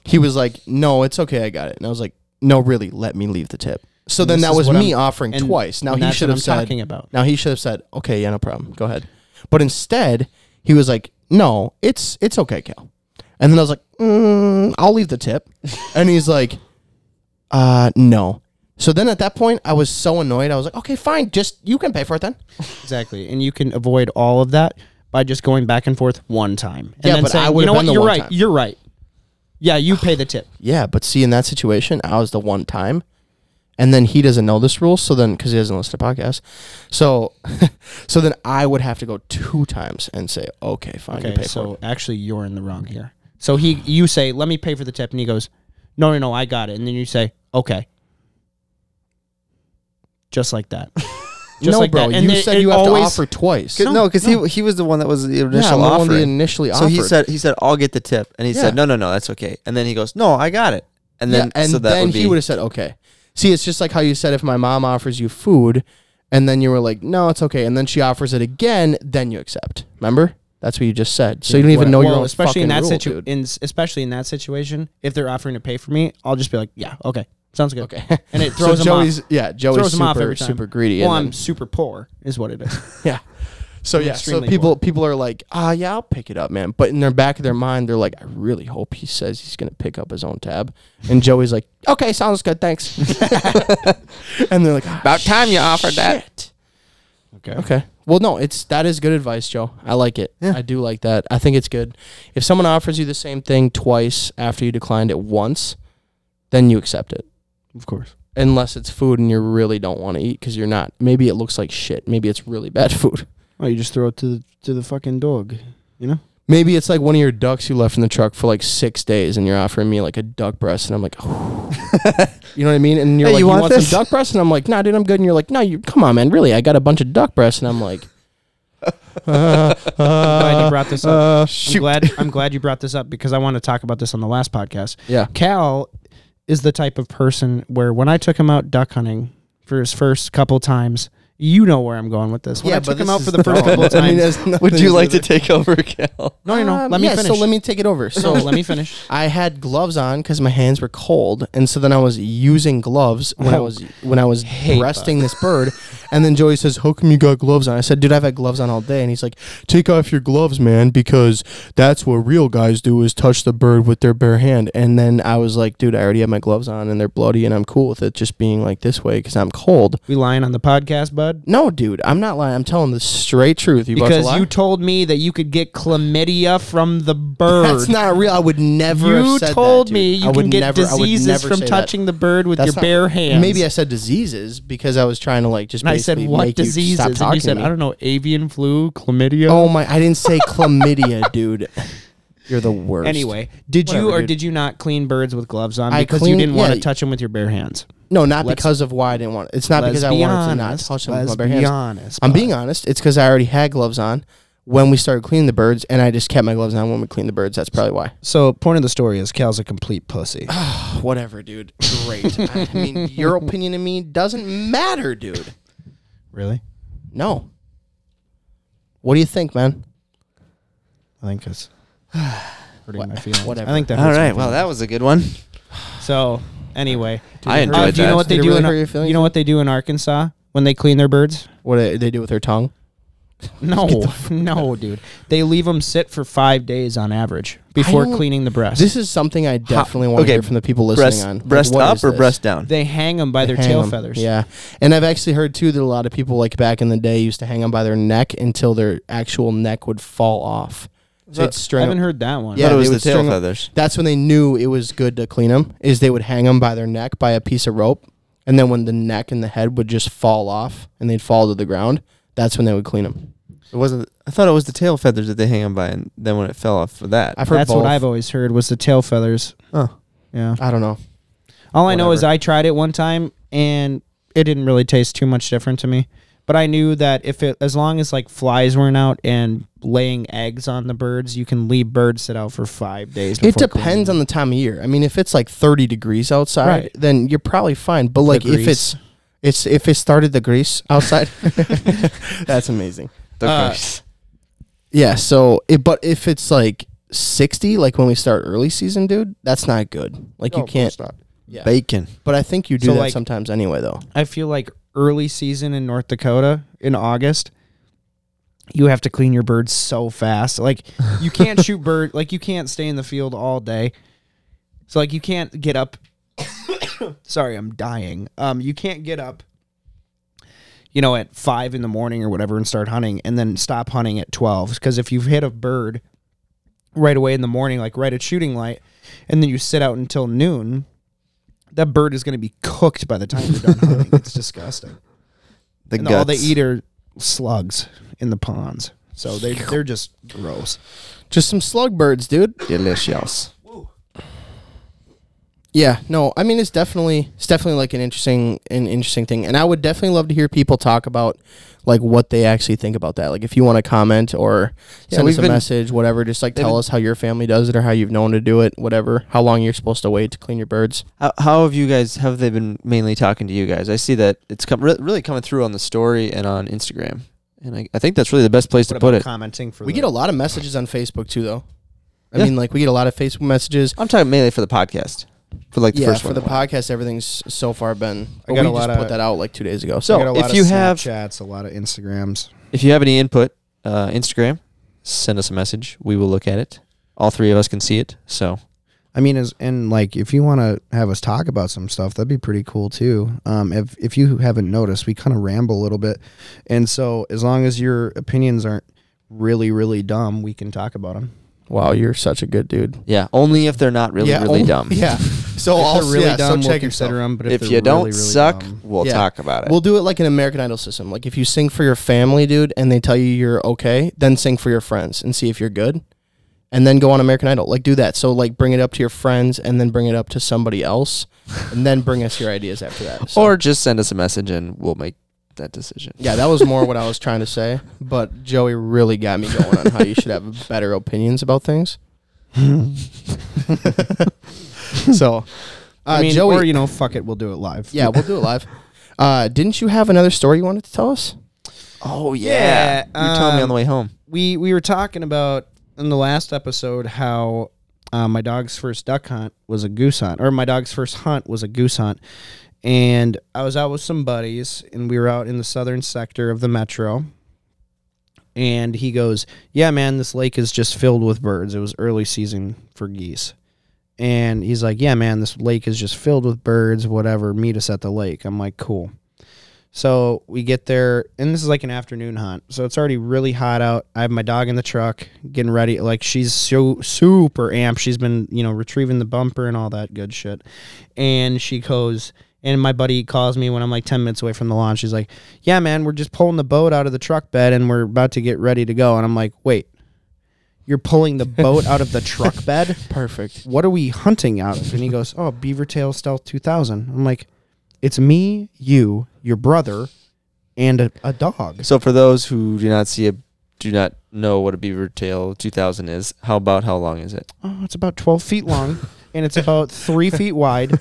he was like, "No, it's okay. I got it." And I was like, "No, really, let me leave the tip." So then
this
that
is
was
what
me
I'm-
offering
and-
twice. Now
and
he
that's
should
what
have
I'm
said
talking about.
now he should have said, "Okay, yeah, no problem. Go ahead." But instead, he was like, no, it's it's okay, Cal. And then I was like, mm, I'll leave the tip. and he's like, uh, no. So then at that point, I was so annoyed. I was like, okay, fine, just you can pay for it then.
Exactly, and you can avoid all of that by just going back and forth one time. And
Yeah,
then
but
saying,
I would've
you know
been
what?
the
You're
one
right.
time."
You're right. Yeah, you pay the tip.
Yeah, but see, in that situation, I was the one time, and then he doesn't know this rule. So then, because he doesn't listen to podcasts, so so then I would have to go two times and say, okay, fine, you
Okay,
pay
so
for it.
actually, you're in the wrong here. So he, you say, "Let me pay for the tip," and he goes, "No, no, no, I got it." And then you say, "Okay," just like that. Just
no,
like
bro,
that. And
you
it-
said
it
you have
always-
to offer twice.
Cause, no, because he he was the one that was the
yeah,
initial
I'm the one
offer.
that initially
so he
offered.
said he said I'll get the tip, and he
Yeah.
said no no no that's okay, and then he goes no I got it, and then
yeah, and
so that
then
would be,
he would have said, okay. See, it's just like how you said if my mom offers you food, and then you were like, no, it's okay, and then she offers it again, then you accept. Remember? That's what you just said. So you don't even know your own
especially in
fucking rule,
that situ-
dude.
in, especially in that situation. If they're offering to pay for me, I'll just be like, "Yeah, okay, sounds good."
Okay.
and it throws
so
them
Joey's,
off.
Yeah, Joey's
throws
super,
them off every time.
super greedy.
Well,
and
I'm
then-
super poor, is what it is.
yeah. So
I'm
yeah, so
extremely
people
poor.
people are like, ah, yeah, I'll pick it up, man. But in their back of their mind, they're like, I really hope he says he's gonna pick up his own tab. And Joey's like, okay, sounds good, thanks. and they're like, "Ah,
about time you offered that.
shit.
Okay.
Okay. Well, no, it's that is good advice, Joe. I like it. I do like that. I think it's good. If someone offers you the same thing twice after you declined it once, then you accept it.
Of course.
Unless it's food and you really don't want to eat because you're not. Maybe it looks like shit. Maybe it's really bad food.
Oh,
Well, you just throw it to the to the fucking dog. You know.
Maybe it's like one of your ducks you left in the truck for like six days, and you're offering me like a duck breast, and I'm like, you know what I mean? And you're
Hey,
like,
you
you
want
want,
this?"
some duck breast, and I'm like, nah, dude, I'm good. And you're like, no, you come on, man, really, I got a bunch of duck breasts, and I'm like, uh,
I'm glad you
uh,
brought this up.
uh,
I'm glad I'm glad you brought this up because I want to talk about this on the last podcast.
yeah,
Cal is the type of person where when I took him out duck hunting for his first couple times, you know where I'm going with this. When
Yeah,
I
but
took him
this
out for
is-
the first couple of times.
Would you like to take over, Cal?
no, no, no. Let me
Um, yeah,
finish.
So let me take it over.
so
So
let me finish.
I had gloves on because my hands were cold, and so then I was using gloves when I
Oh.
was when I was breasting this bird. And then Joey says, "How come you got gloves on?" I said, "Dude, I've had gloves on all day." And he's like, "Take off your gloves, man, because that's what real guys do is touch the bird with their bare hand." And then I was like, "Dude, I already have my gloves on, and they're bloody, and I'm cool with it just being like this way because I'm cold."
We lying on the podcast, bud?
No, dude, I'm not lying. I'm telling the straight truth. You about to
Because
lie?
you told me that you could get chlamydia from the bird.
That's not real. I would never.
you
have said
told
that, dude.
me
I
you
would
can get
never- I would
diseases
never
from
say that.
touching the bird with
That's
your
not-
bare hands.
Maybe I said diseases because I was trying to like just.
and I said
basically
what
make you
diseases?
Stop
and
talking
you said
to me.
I don't know, avian flu, chlamydia.
Oh my! I didn't say chlamydia, dude. You're the worst.
Anyway, did you
Whatever,
or
dude.
did you not clean birds with gloves on
I
because you
clean-
didn't want to
yeah.
touch them with your bare hands?
no, not
Let's-
because of why I didn't want. It's not because I
Let's be
wanted to not
honest.
touch them with
Let's
my bare
be
hands.
honest,
I'm
bud.
being honest. It's because I already had gloves on when we started cleaning the birds, and I just kept my gloves on when we cleaned the birds. That's probably why.
So, point of the story is Cal's a complete pussy.
Whatever, dude. Great. I mean, your opinion of me doesn't matter, dude.
really?
No. What do you think, man?
I think it's hurting my feelings.
whatever.
I think that.
All
Hurts my
right, well that was a good one.
feelings. So, anyway,
I
it hurt
enjoyed
your
uh, do you
that.
know what they
Did it
do?
really
in,
hurt your feelings?
you know what they do in Arkansas when they clean their birds?
What do they do with their tongue?
No, no, dude. They leave them sit for five days on average before
don't-
cleaning the breast.
This is something I definitely want to
okay,
hear from the people listening
breast
on. Like,
breast
what
up
is
or
this?
breast down?
they hang them by their
Hang
tail
'em.
feathers.
Yeah, and I've actually heard too that a lot of people like back in the day used to hang them by their neck until their actual neck would fall off. So
That-
it's
I
string.
haven't heard that one.
I
Yeah,
thought it
they
was the
would
tail
string 'em-
feathers.
That's when they knew it was good to clean them. Is they would hang them by their neck by a piece of rope, and then when the neck and the head would just fall off and they'd fall to the ground, that's when they would clean them.
It wasn't. I thought it was the tail feathers that they hang them by, and then when it fell off for that.
I've heard
That's
both.
what I've always heard was the tail feathers.
Oh.
Yeah.
I don't know.
All I know is
Whatever.
I tried it one time and it didn't really taste too much different to me. But I knew that if it, as long as like flies weren't out and laying eggs on the birds, you can leave birds sit out for five days.
It
before
depends
cleaning.
on the time of year. I mean, if it's like 30 degrees outside,
Right.
then you're probably fine. But like if
grease.
it's it's if it started the grease outside, that's amazing.
The
uh,
curse.
Yeah. So, it, but if it's like 60, like when we start early season, dude, that's not good. Like you can't. Yeah.
bacon.
But I think you do
So,
that
like-
sometimes
Uh,
anyway, though.
I feel like early season in North Dakota in August, you have to clean your birds so fast. Like you can't shoot bird. Like you can't stay in the field all day. So like you can't get up. Sorry, I'm dying. Um, you can't get up. You know, at five in the morning or whatever, and start hunting, and then stop hunting at twelve. Because if you've hit a bird right away in the morning, like right at shooting light, and then you sit out until noon, that bird is going to be cooked by the time you're done hunting. It's disgusting
The
and
guts.
all they eat are slugs in the ponds. So they they're just gross.
Just some slug birds, dude.
Delicious.
Yeah, no, I mean it's definitely it's definitely like an interesting an interesting thing, and I would definitely love to hear people talk about like what they actually think about that. Like if you want to comment or
Yeah,
send us
we've
a
been-
message, whatever, just like
they've
tell
been-
us how your family does it or how you've known to do it, whatever. How long you're supposed to wait to clean your birds?
How, how have you guys? Have they been mainly talking to you guys? I see that it's come re- really coming through on the story and on Instagram, and I, I think that's really the best place to put it.
commenting for
We
the-
get a lot of messages on Facebook too, though. I
Yeah.
mean, like we get a lot of Facebook messages.
I'm talking mainly for the podcast, for like the
yeah,
first
for
one.
the podcast, everything's so far been.
I
but
got
we
a lot
just put
of-
that out like two days ago.
I got
So
a
if
lot of
you have-
Snapchats, a lot of Instagrams.
If you have any input, uh, Instagram, send us a message. We will look at it. All three of us can see it. So
I mean, as and like if you want to have us talk about some stuff, that'd be pretty cool too. Um, if if you haven't noticed, we kind of ramble a little bit, and so as long as your opinions aren't really really dumb, we can talk about them.
wow, you're such a good dude.
yeah, only if they're not really really
oh,
dumb.
Yeah. So
If
all
they're really
yeah,
dumb,
so
we'll
check
consider
yourself.
them. But
If,
they're
you don't
really, really
suck,
dumb-
we'll
Yeah.
talk about it.
We'll do it like an American Idol system. Like if you sing for your family, dude, and they tell you you're okay, then sing for your friends and see if you're good, and then go on American Idol. Like do that. So like bring it up to your friends and then bring it up to somebody else, and then bring us your ideas after that. So-
or just send us a message and we'll make that decision.
yeah, that was more what I was trying to say. But Joey really got me going on how you should have better opinions about things. so, uh,
I mean,
Joey,
or you know, fuck it, we'll do it live.
yeah, we'll do it live. Uh, didn't you have another story you wanted to tell us?
Oh
yeah.
you were telling me on the
Um,
way home.
we we were talking about in the last episode how uh, my dog's first duck hunt was a goose hunt, or my dog's first hunt was a goose hunt, and I was out with some buddies, and we were out in the southern sector of the metro. And he goes, "Yeah, man, this lake is just filled with birds. It was early season for geese." And he's like, "Yeah, man, this lake is just filled with birds, whatever. Meet us at the lake." I'm like, "Cool." So we get there, and this is like an afternoon hunt. So it's already really hot out. I have my dog in the truck, getting ready. Like she's so super amped. She's been, you know, retrieving the bumper and all that good shit. And she goes, and my buddy calls me when I'm like 10 minutes away from the launch. She's like, Yeah, man, we're just pulling the boat out of the truck bed and we're about to get ready to go. And I'm like, Wait, you're pulling the boat out of the truck bed?
Perfect.
what are we hunting out of? And he goes, oh, Beaver Tail Stealth 2000. I'm like, it's me, you, your brother, and a, a dog.
So for those who do not see a do not know what a beaver tail 2000 is, how about how long is it?
Oh, it's about 12 feet long, and it's about three feet wide.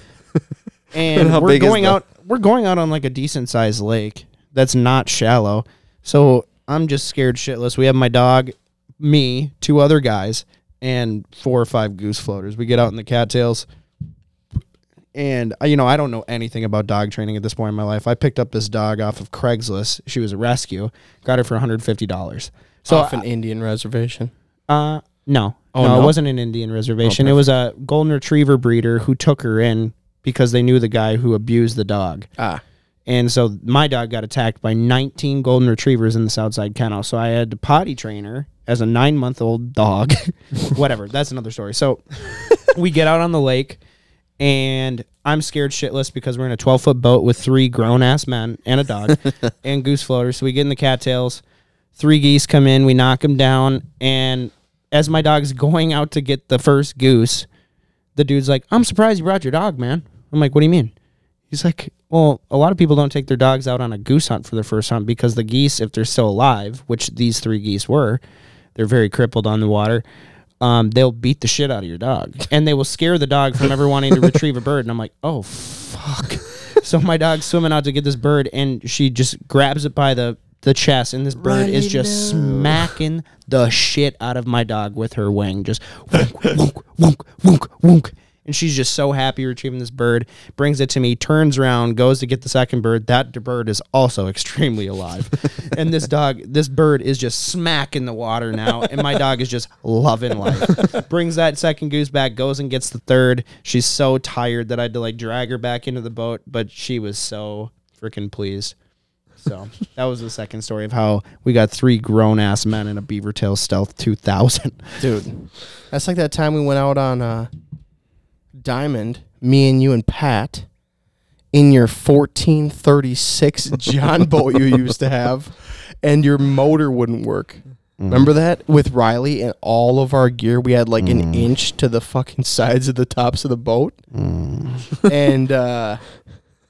And,
And how
we're
big is
going
the-
out. We're going out on like a decent sized lake that's not shallow. So I'm just scared shitless. We have my dog, me, two other guys, and four or five goose floaters. We get out in the cattails. and uh, you know I don't know anything about dog training at this point in my life. I picked up this dog off of Craigslist. She was a rescue. Got her for one hundred fifty dollars. So
off an Indian reservation.
uh, no,
Oh,
no,
no? Oh,
it wasn't an Indian reservation. it was a golden retriever breeder who took her in because they knew the guy who abused the dog.
Ah,
And so my dog got attacked by 19 golden retrievers in the Southside Kennel. So I had to potty train her as a nine month old dog. Whatever. That's another story. So we get out on the lake and I'm scared shitless because we're in a 12 foot boat with three grown ass men and a dog and goose floaters. So we get in the cattails. Three geese come in. We knock them down. And as my dog's going out to get the first goose, the dude's like, I'm surprised you brought your dog, man. I'm like, what do you mean? He's like, well, a lot of people don't take their dogs out on a goose hunt for their first hunt because the geese, if they're still alive, which these three geese were, they're very crippled on the water. Um, they'll beat the shit out of your dog, and they will scare the dog from ever wanting to retrieve a bird. And I'm like, oh fuck! So my dog's swimming out to get this bird, and she just grabs it by the the chest, and this bird is just smacking the shit out of my dog with her wing, just wonk, wonk, wonk, wonk, wonk. And she's just so happy retrieving this bird, brings it to me, turns around, goes to get the second bird. That d- bird is also extremely alive. and this dog, this bird is just smack in the water now. And my dog is just loving life. brings that second goose back, goes and gets the third. She's so tired that I had to like drag her back into the boat, but she was so freaking pleased. So that was the second story of how we got three grown ass men in a beaver tail stealth 2000.
dude. That's like that time we went out on uh, Diamond, me and you and Pat, in your 1436 John boat you used to have, and your motor wouldn't work. Remember that with Riley and all of our gear, we had like an inch to the fucking sides of the tops of the boat, and uh,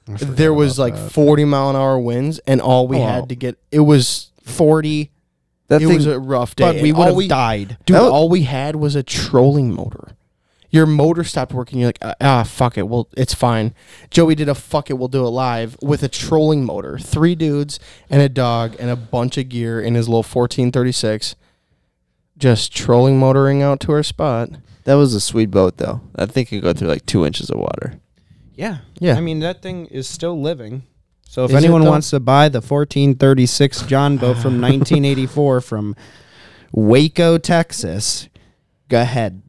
there was like 40 mile an hour winds, and all we had to get it was 40.
That
it
thing
was a rough day.
But Oh, we
and
would
all
have died.
Dude,
That was-
all we had was a trolling motor. Your motor stopped working. You're like, ah, ah, fuck it. Well, it's fine. Joey did a fuck it. We'll do it live with a trolling motor. Three dudes and a dog and a bunch of gear in his little 1436. Just trolling motoring out to our spot.
that was a sweet boat though. That thing could go through like two inches of water.
Yeah.
Yeah.
I mean, that thing is still living. So if
Is it
anyone
though?
wants to buy the 1436 John boat from 1984 from Waco, Texas, go ahead.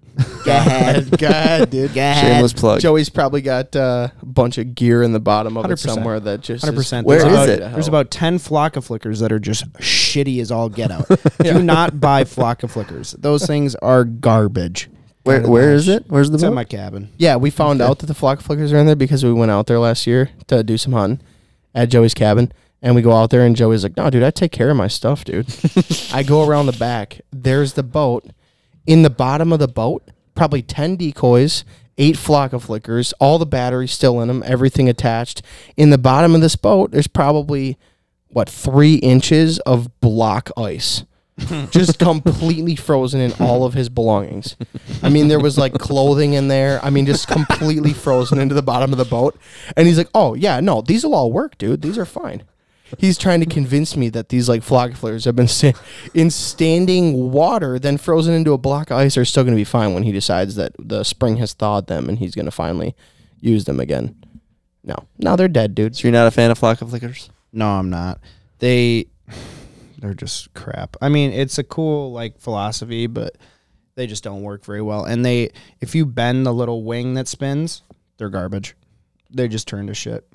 Go ahead. Go ahead, dude.
Shameless plug.
Joey's probably got uh, a bunch of gear in the bottom of it
100%.
somewhere that just. is-
100%.
Where
There's
is
about-
it?
There's about 10 flock of flickers that are just shitty as all get out. Do not buy flock of flickers. Those things are garbage.
Where where is it? Where's the
It's at
boat?
my cabin.
Yeah, we found out that the flock of flickers are in there because we went out there last year to do some hunting at Joey's cabin. And we go out there, and Joey's like, "No, dude, I take care of my stuff, dude. I go around the back. There's the boat. In the bottom of the boat, probably ten decoys, eight flock of flickers, all the batteries still in them, everything attached. In the bottom of this boat, there's probably what three inches of block ice." just completely frozen in all of his belongings. I mean, there was like clothing in there. I mean, just completely frozen into the bottom of the boat. And he's like, "Oh yeah, no, these will all work, dude. These are fine." He's trying to convince me that these like flag flares have been sta- in standing water, then frozen into a block of ice, are still going to be fine when he decides that the spring has thawed them and he's going to finally use them again. No, no, they're dead, dude.
So you're not a fan of flock of flickers?
No, I'm not. They they're just crap. I mean, it's a cool like philosophy, but they just don't work very well. And they if you bend the little wing that spins, they're garbage. They just turn to shit.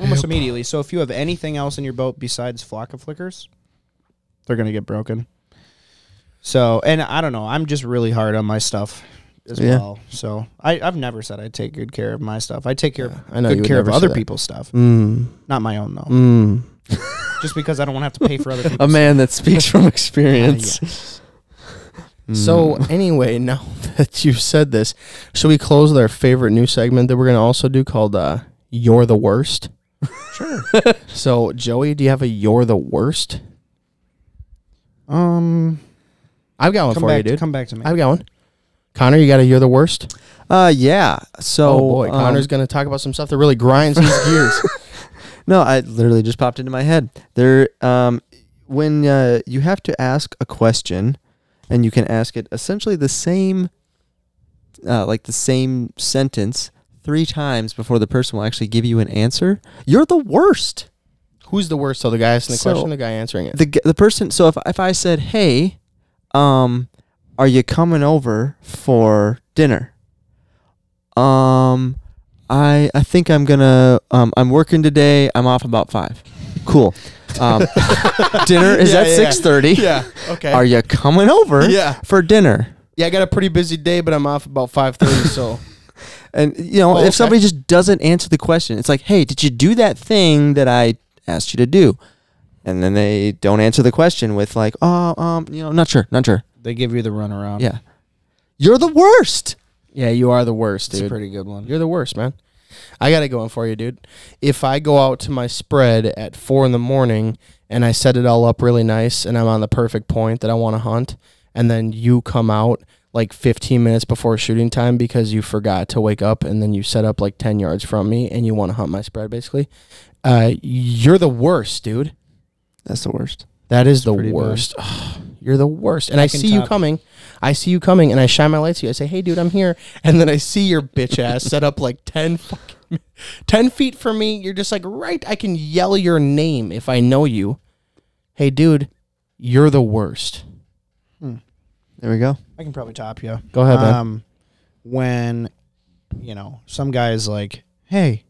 Almost immediately. So if you have anything else in your boat besides flock of flickers, they're gonna get broken. So and I don't know, I'm just really hard on my stuff as
Yeah.
well. So I, I've never said I take good care of my stuff. I take care of
I know you
good
would
care of
never say
other
that.
people's stuff.
Mm,
Not my own though
mm.
just because I don't want to have to pay for other people.
A man that speaks from experience.
So
Hmm.
anyway, now that you've said this, should we close with our favorite new segment that we're gonna also do called uh, "You're the Worst"? Sure. so Joey, do you have a "You're the Worst"?
Um,
I've got one
come
for
back,
you, dude.
come back to me.
I've got one. Connor, you got a "You're the Worst"?
Uh yeah. So
Ah, Oh, boy,
um,
Connor's gonna talk about some stuff that really grinds his gears.
No, I literally just popped into my head. There, um, when uh, you have to ask a question, and you can ask it essentially the same, uh, like the same sentence three times before the person will actually give you an answer. You're the worst.
Who's the worst? So the guy asking the
So-
question, or the guy answering it.
The g- the person. So if if I said, "Hey, um, are you coming over for dinner?" Um, I I think I'm gonna um I'm working today. I'm off about five. Cool. Um, dinner is
Yeah,
at
yeah,
six thirty.
yeah. Okay.
Are you coming over?
Yeah.
For dinner.
yeah, I got a pretty busy day, but I'm off about five thirty. So
And you know,
Oh,
if
okay.
somebody just doesn't answer the question, it's like, hey, did you do that thing that I asked you to do? And then they don't answer the question with like, oh, um, you know, not sure, not sure.
they give you the runaround.
Yeah. You're the worst.
yeah, you are the worst,
it's
dude.
a pretty good one.
You're the worst, man. I got it going for you, dude. If I go out to my spread at four in the morning and I set it all up really nice and I'm on the perfect point that I want to hunt, and then you come out like 15 minutes before shooting time because you forgot to wake up and then you set up like 10 yards from me and you want to hunt my spread basically, uh, you're the worst, dude.
That's the worst.
That is the
pretty bad.
worst. You're the worst. And I,
can
see you
top it.
coming. I see you coming and I shine my lights at you. I say, hey, dude, I'm here. And then I see your bitch ass set up like 10 fucking, 10 feet from me. You're just like, right, I can yell your name if I know you. Hey, dude, you're the worst.
There we go.
I can probably top you.
Go ahead, man.
Um, when you know some guy's like, "Hey,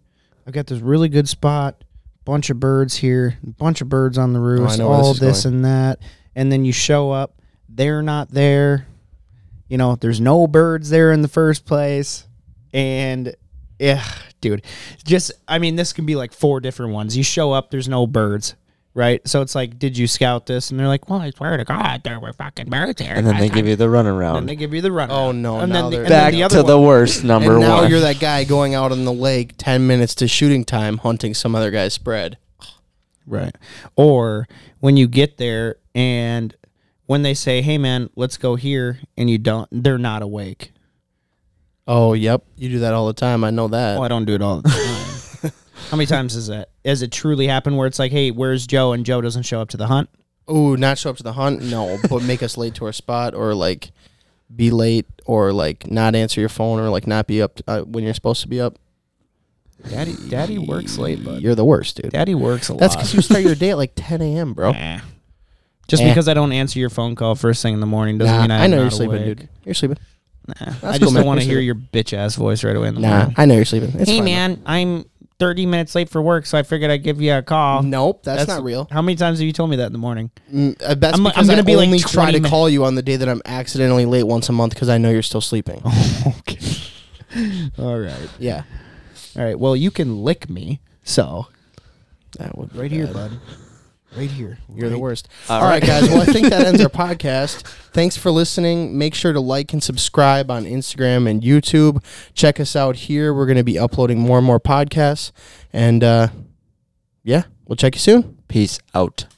I've got this really good spot, bunch of birds here, bunch of birds on the roost,
Oh, know where this
all
is
this and that," and then you show up, they're not there. You know, there's no birds there in the first place, and yeah, dude, just I mean, this can be like four different ones. You show up, there's no birds. Right, so it's like, did you scout this? And they're like, "Well, I swear to God, there were fucking birds here."
And then they give you the
And
runaround.
they give you the run.
Oh, no,
And
now
then the,
they're-
and
Back
then the other
to the
one.
worst number
and now
one.
you're that guy going out on the lake 10 minutes to shooting time hunting some other guy's spread.
right. Or when you get there and when they say, "Hey, man, let's go here," and you don't, they're not awake.
Oh, yep. You do that all the time. I know that.
Well, Oh, I don't do it all the time. How many times is that? Has it truly happened where it's like, "Hey, where's Joe?" and Joe doesn't show up to the hunt?
Ooh, not show up to the hunt? No, but make us late to our spot or like be late or like not answer your phone or like not be up uh, when you're supposed to be up.
Daddy, Daddy works late, but
You're the worst, dude.
Daddy works a
That's
lot.
because you start your day at like 10 a.m., bro.
Eh. Just
Eh.
because I don't answer your phone call first thing in the morning doesn't
Nah,
mean I'm
I know
not
you're sleeping,
awake.
dude. You're sleeping.
Nah. I
cool,
just
man.
don't want to
You're
hear your bitch ass voice right away in the
Nah,
morning.
I know you're sleeping. It's
hey
fine,
man, I'm 30 minutes late for work, so I figured I'd give you a call.
though. Nope, that's, not real.
How many times have you told me that in the morning?
Mm, uh, that's
I'm- I'm
because I'm gonna
gonna
be
be, like,
only try to
20
call you on the day that I'm accidentally late once a month because I know you're still sleeping.
okay. All right.
Yeah,
All right. Well, you can lick me. So
that would be
right here,
bad.
bud. Right here.
You're the worst.
All
All right, guys. Well, I think that ends our podcast. Thanks for listening. Make sure to like and subscribe on Instagram and YouTube. Check us out here. We're going to be uploading more and more podcasts. And uh, yeah, we'll check you soon.
Peace out.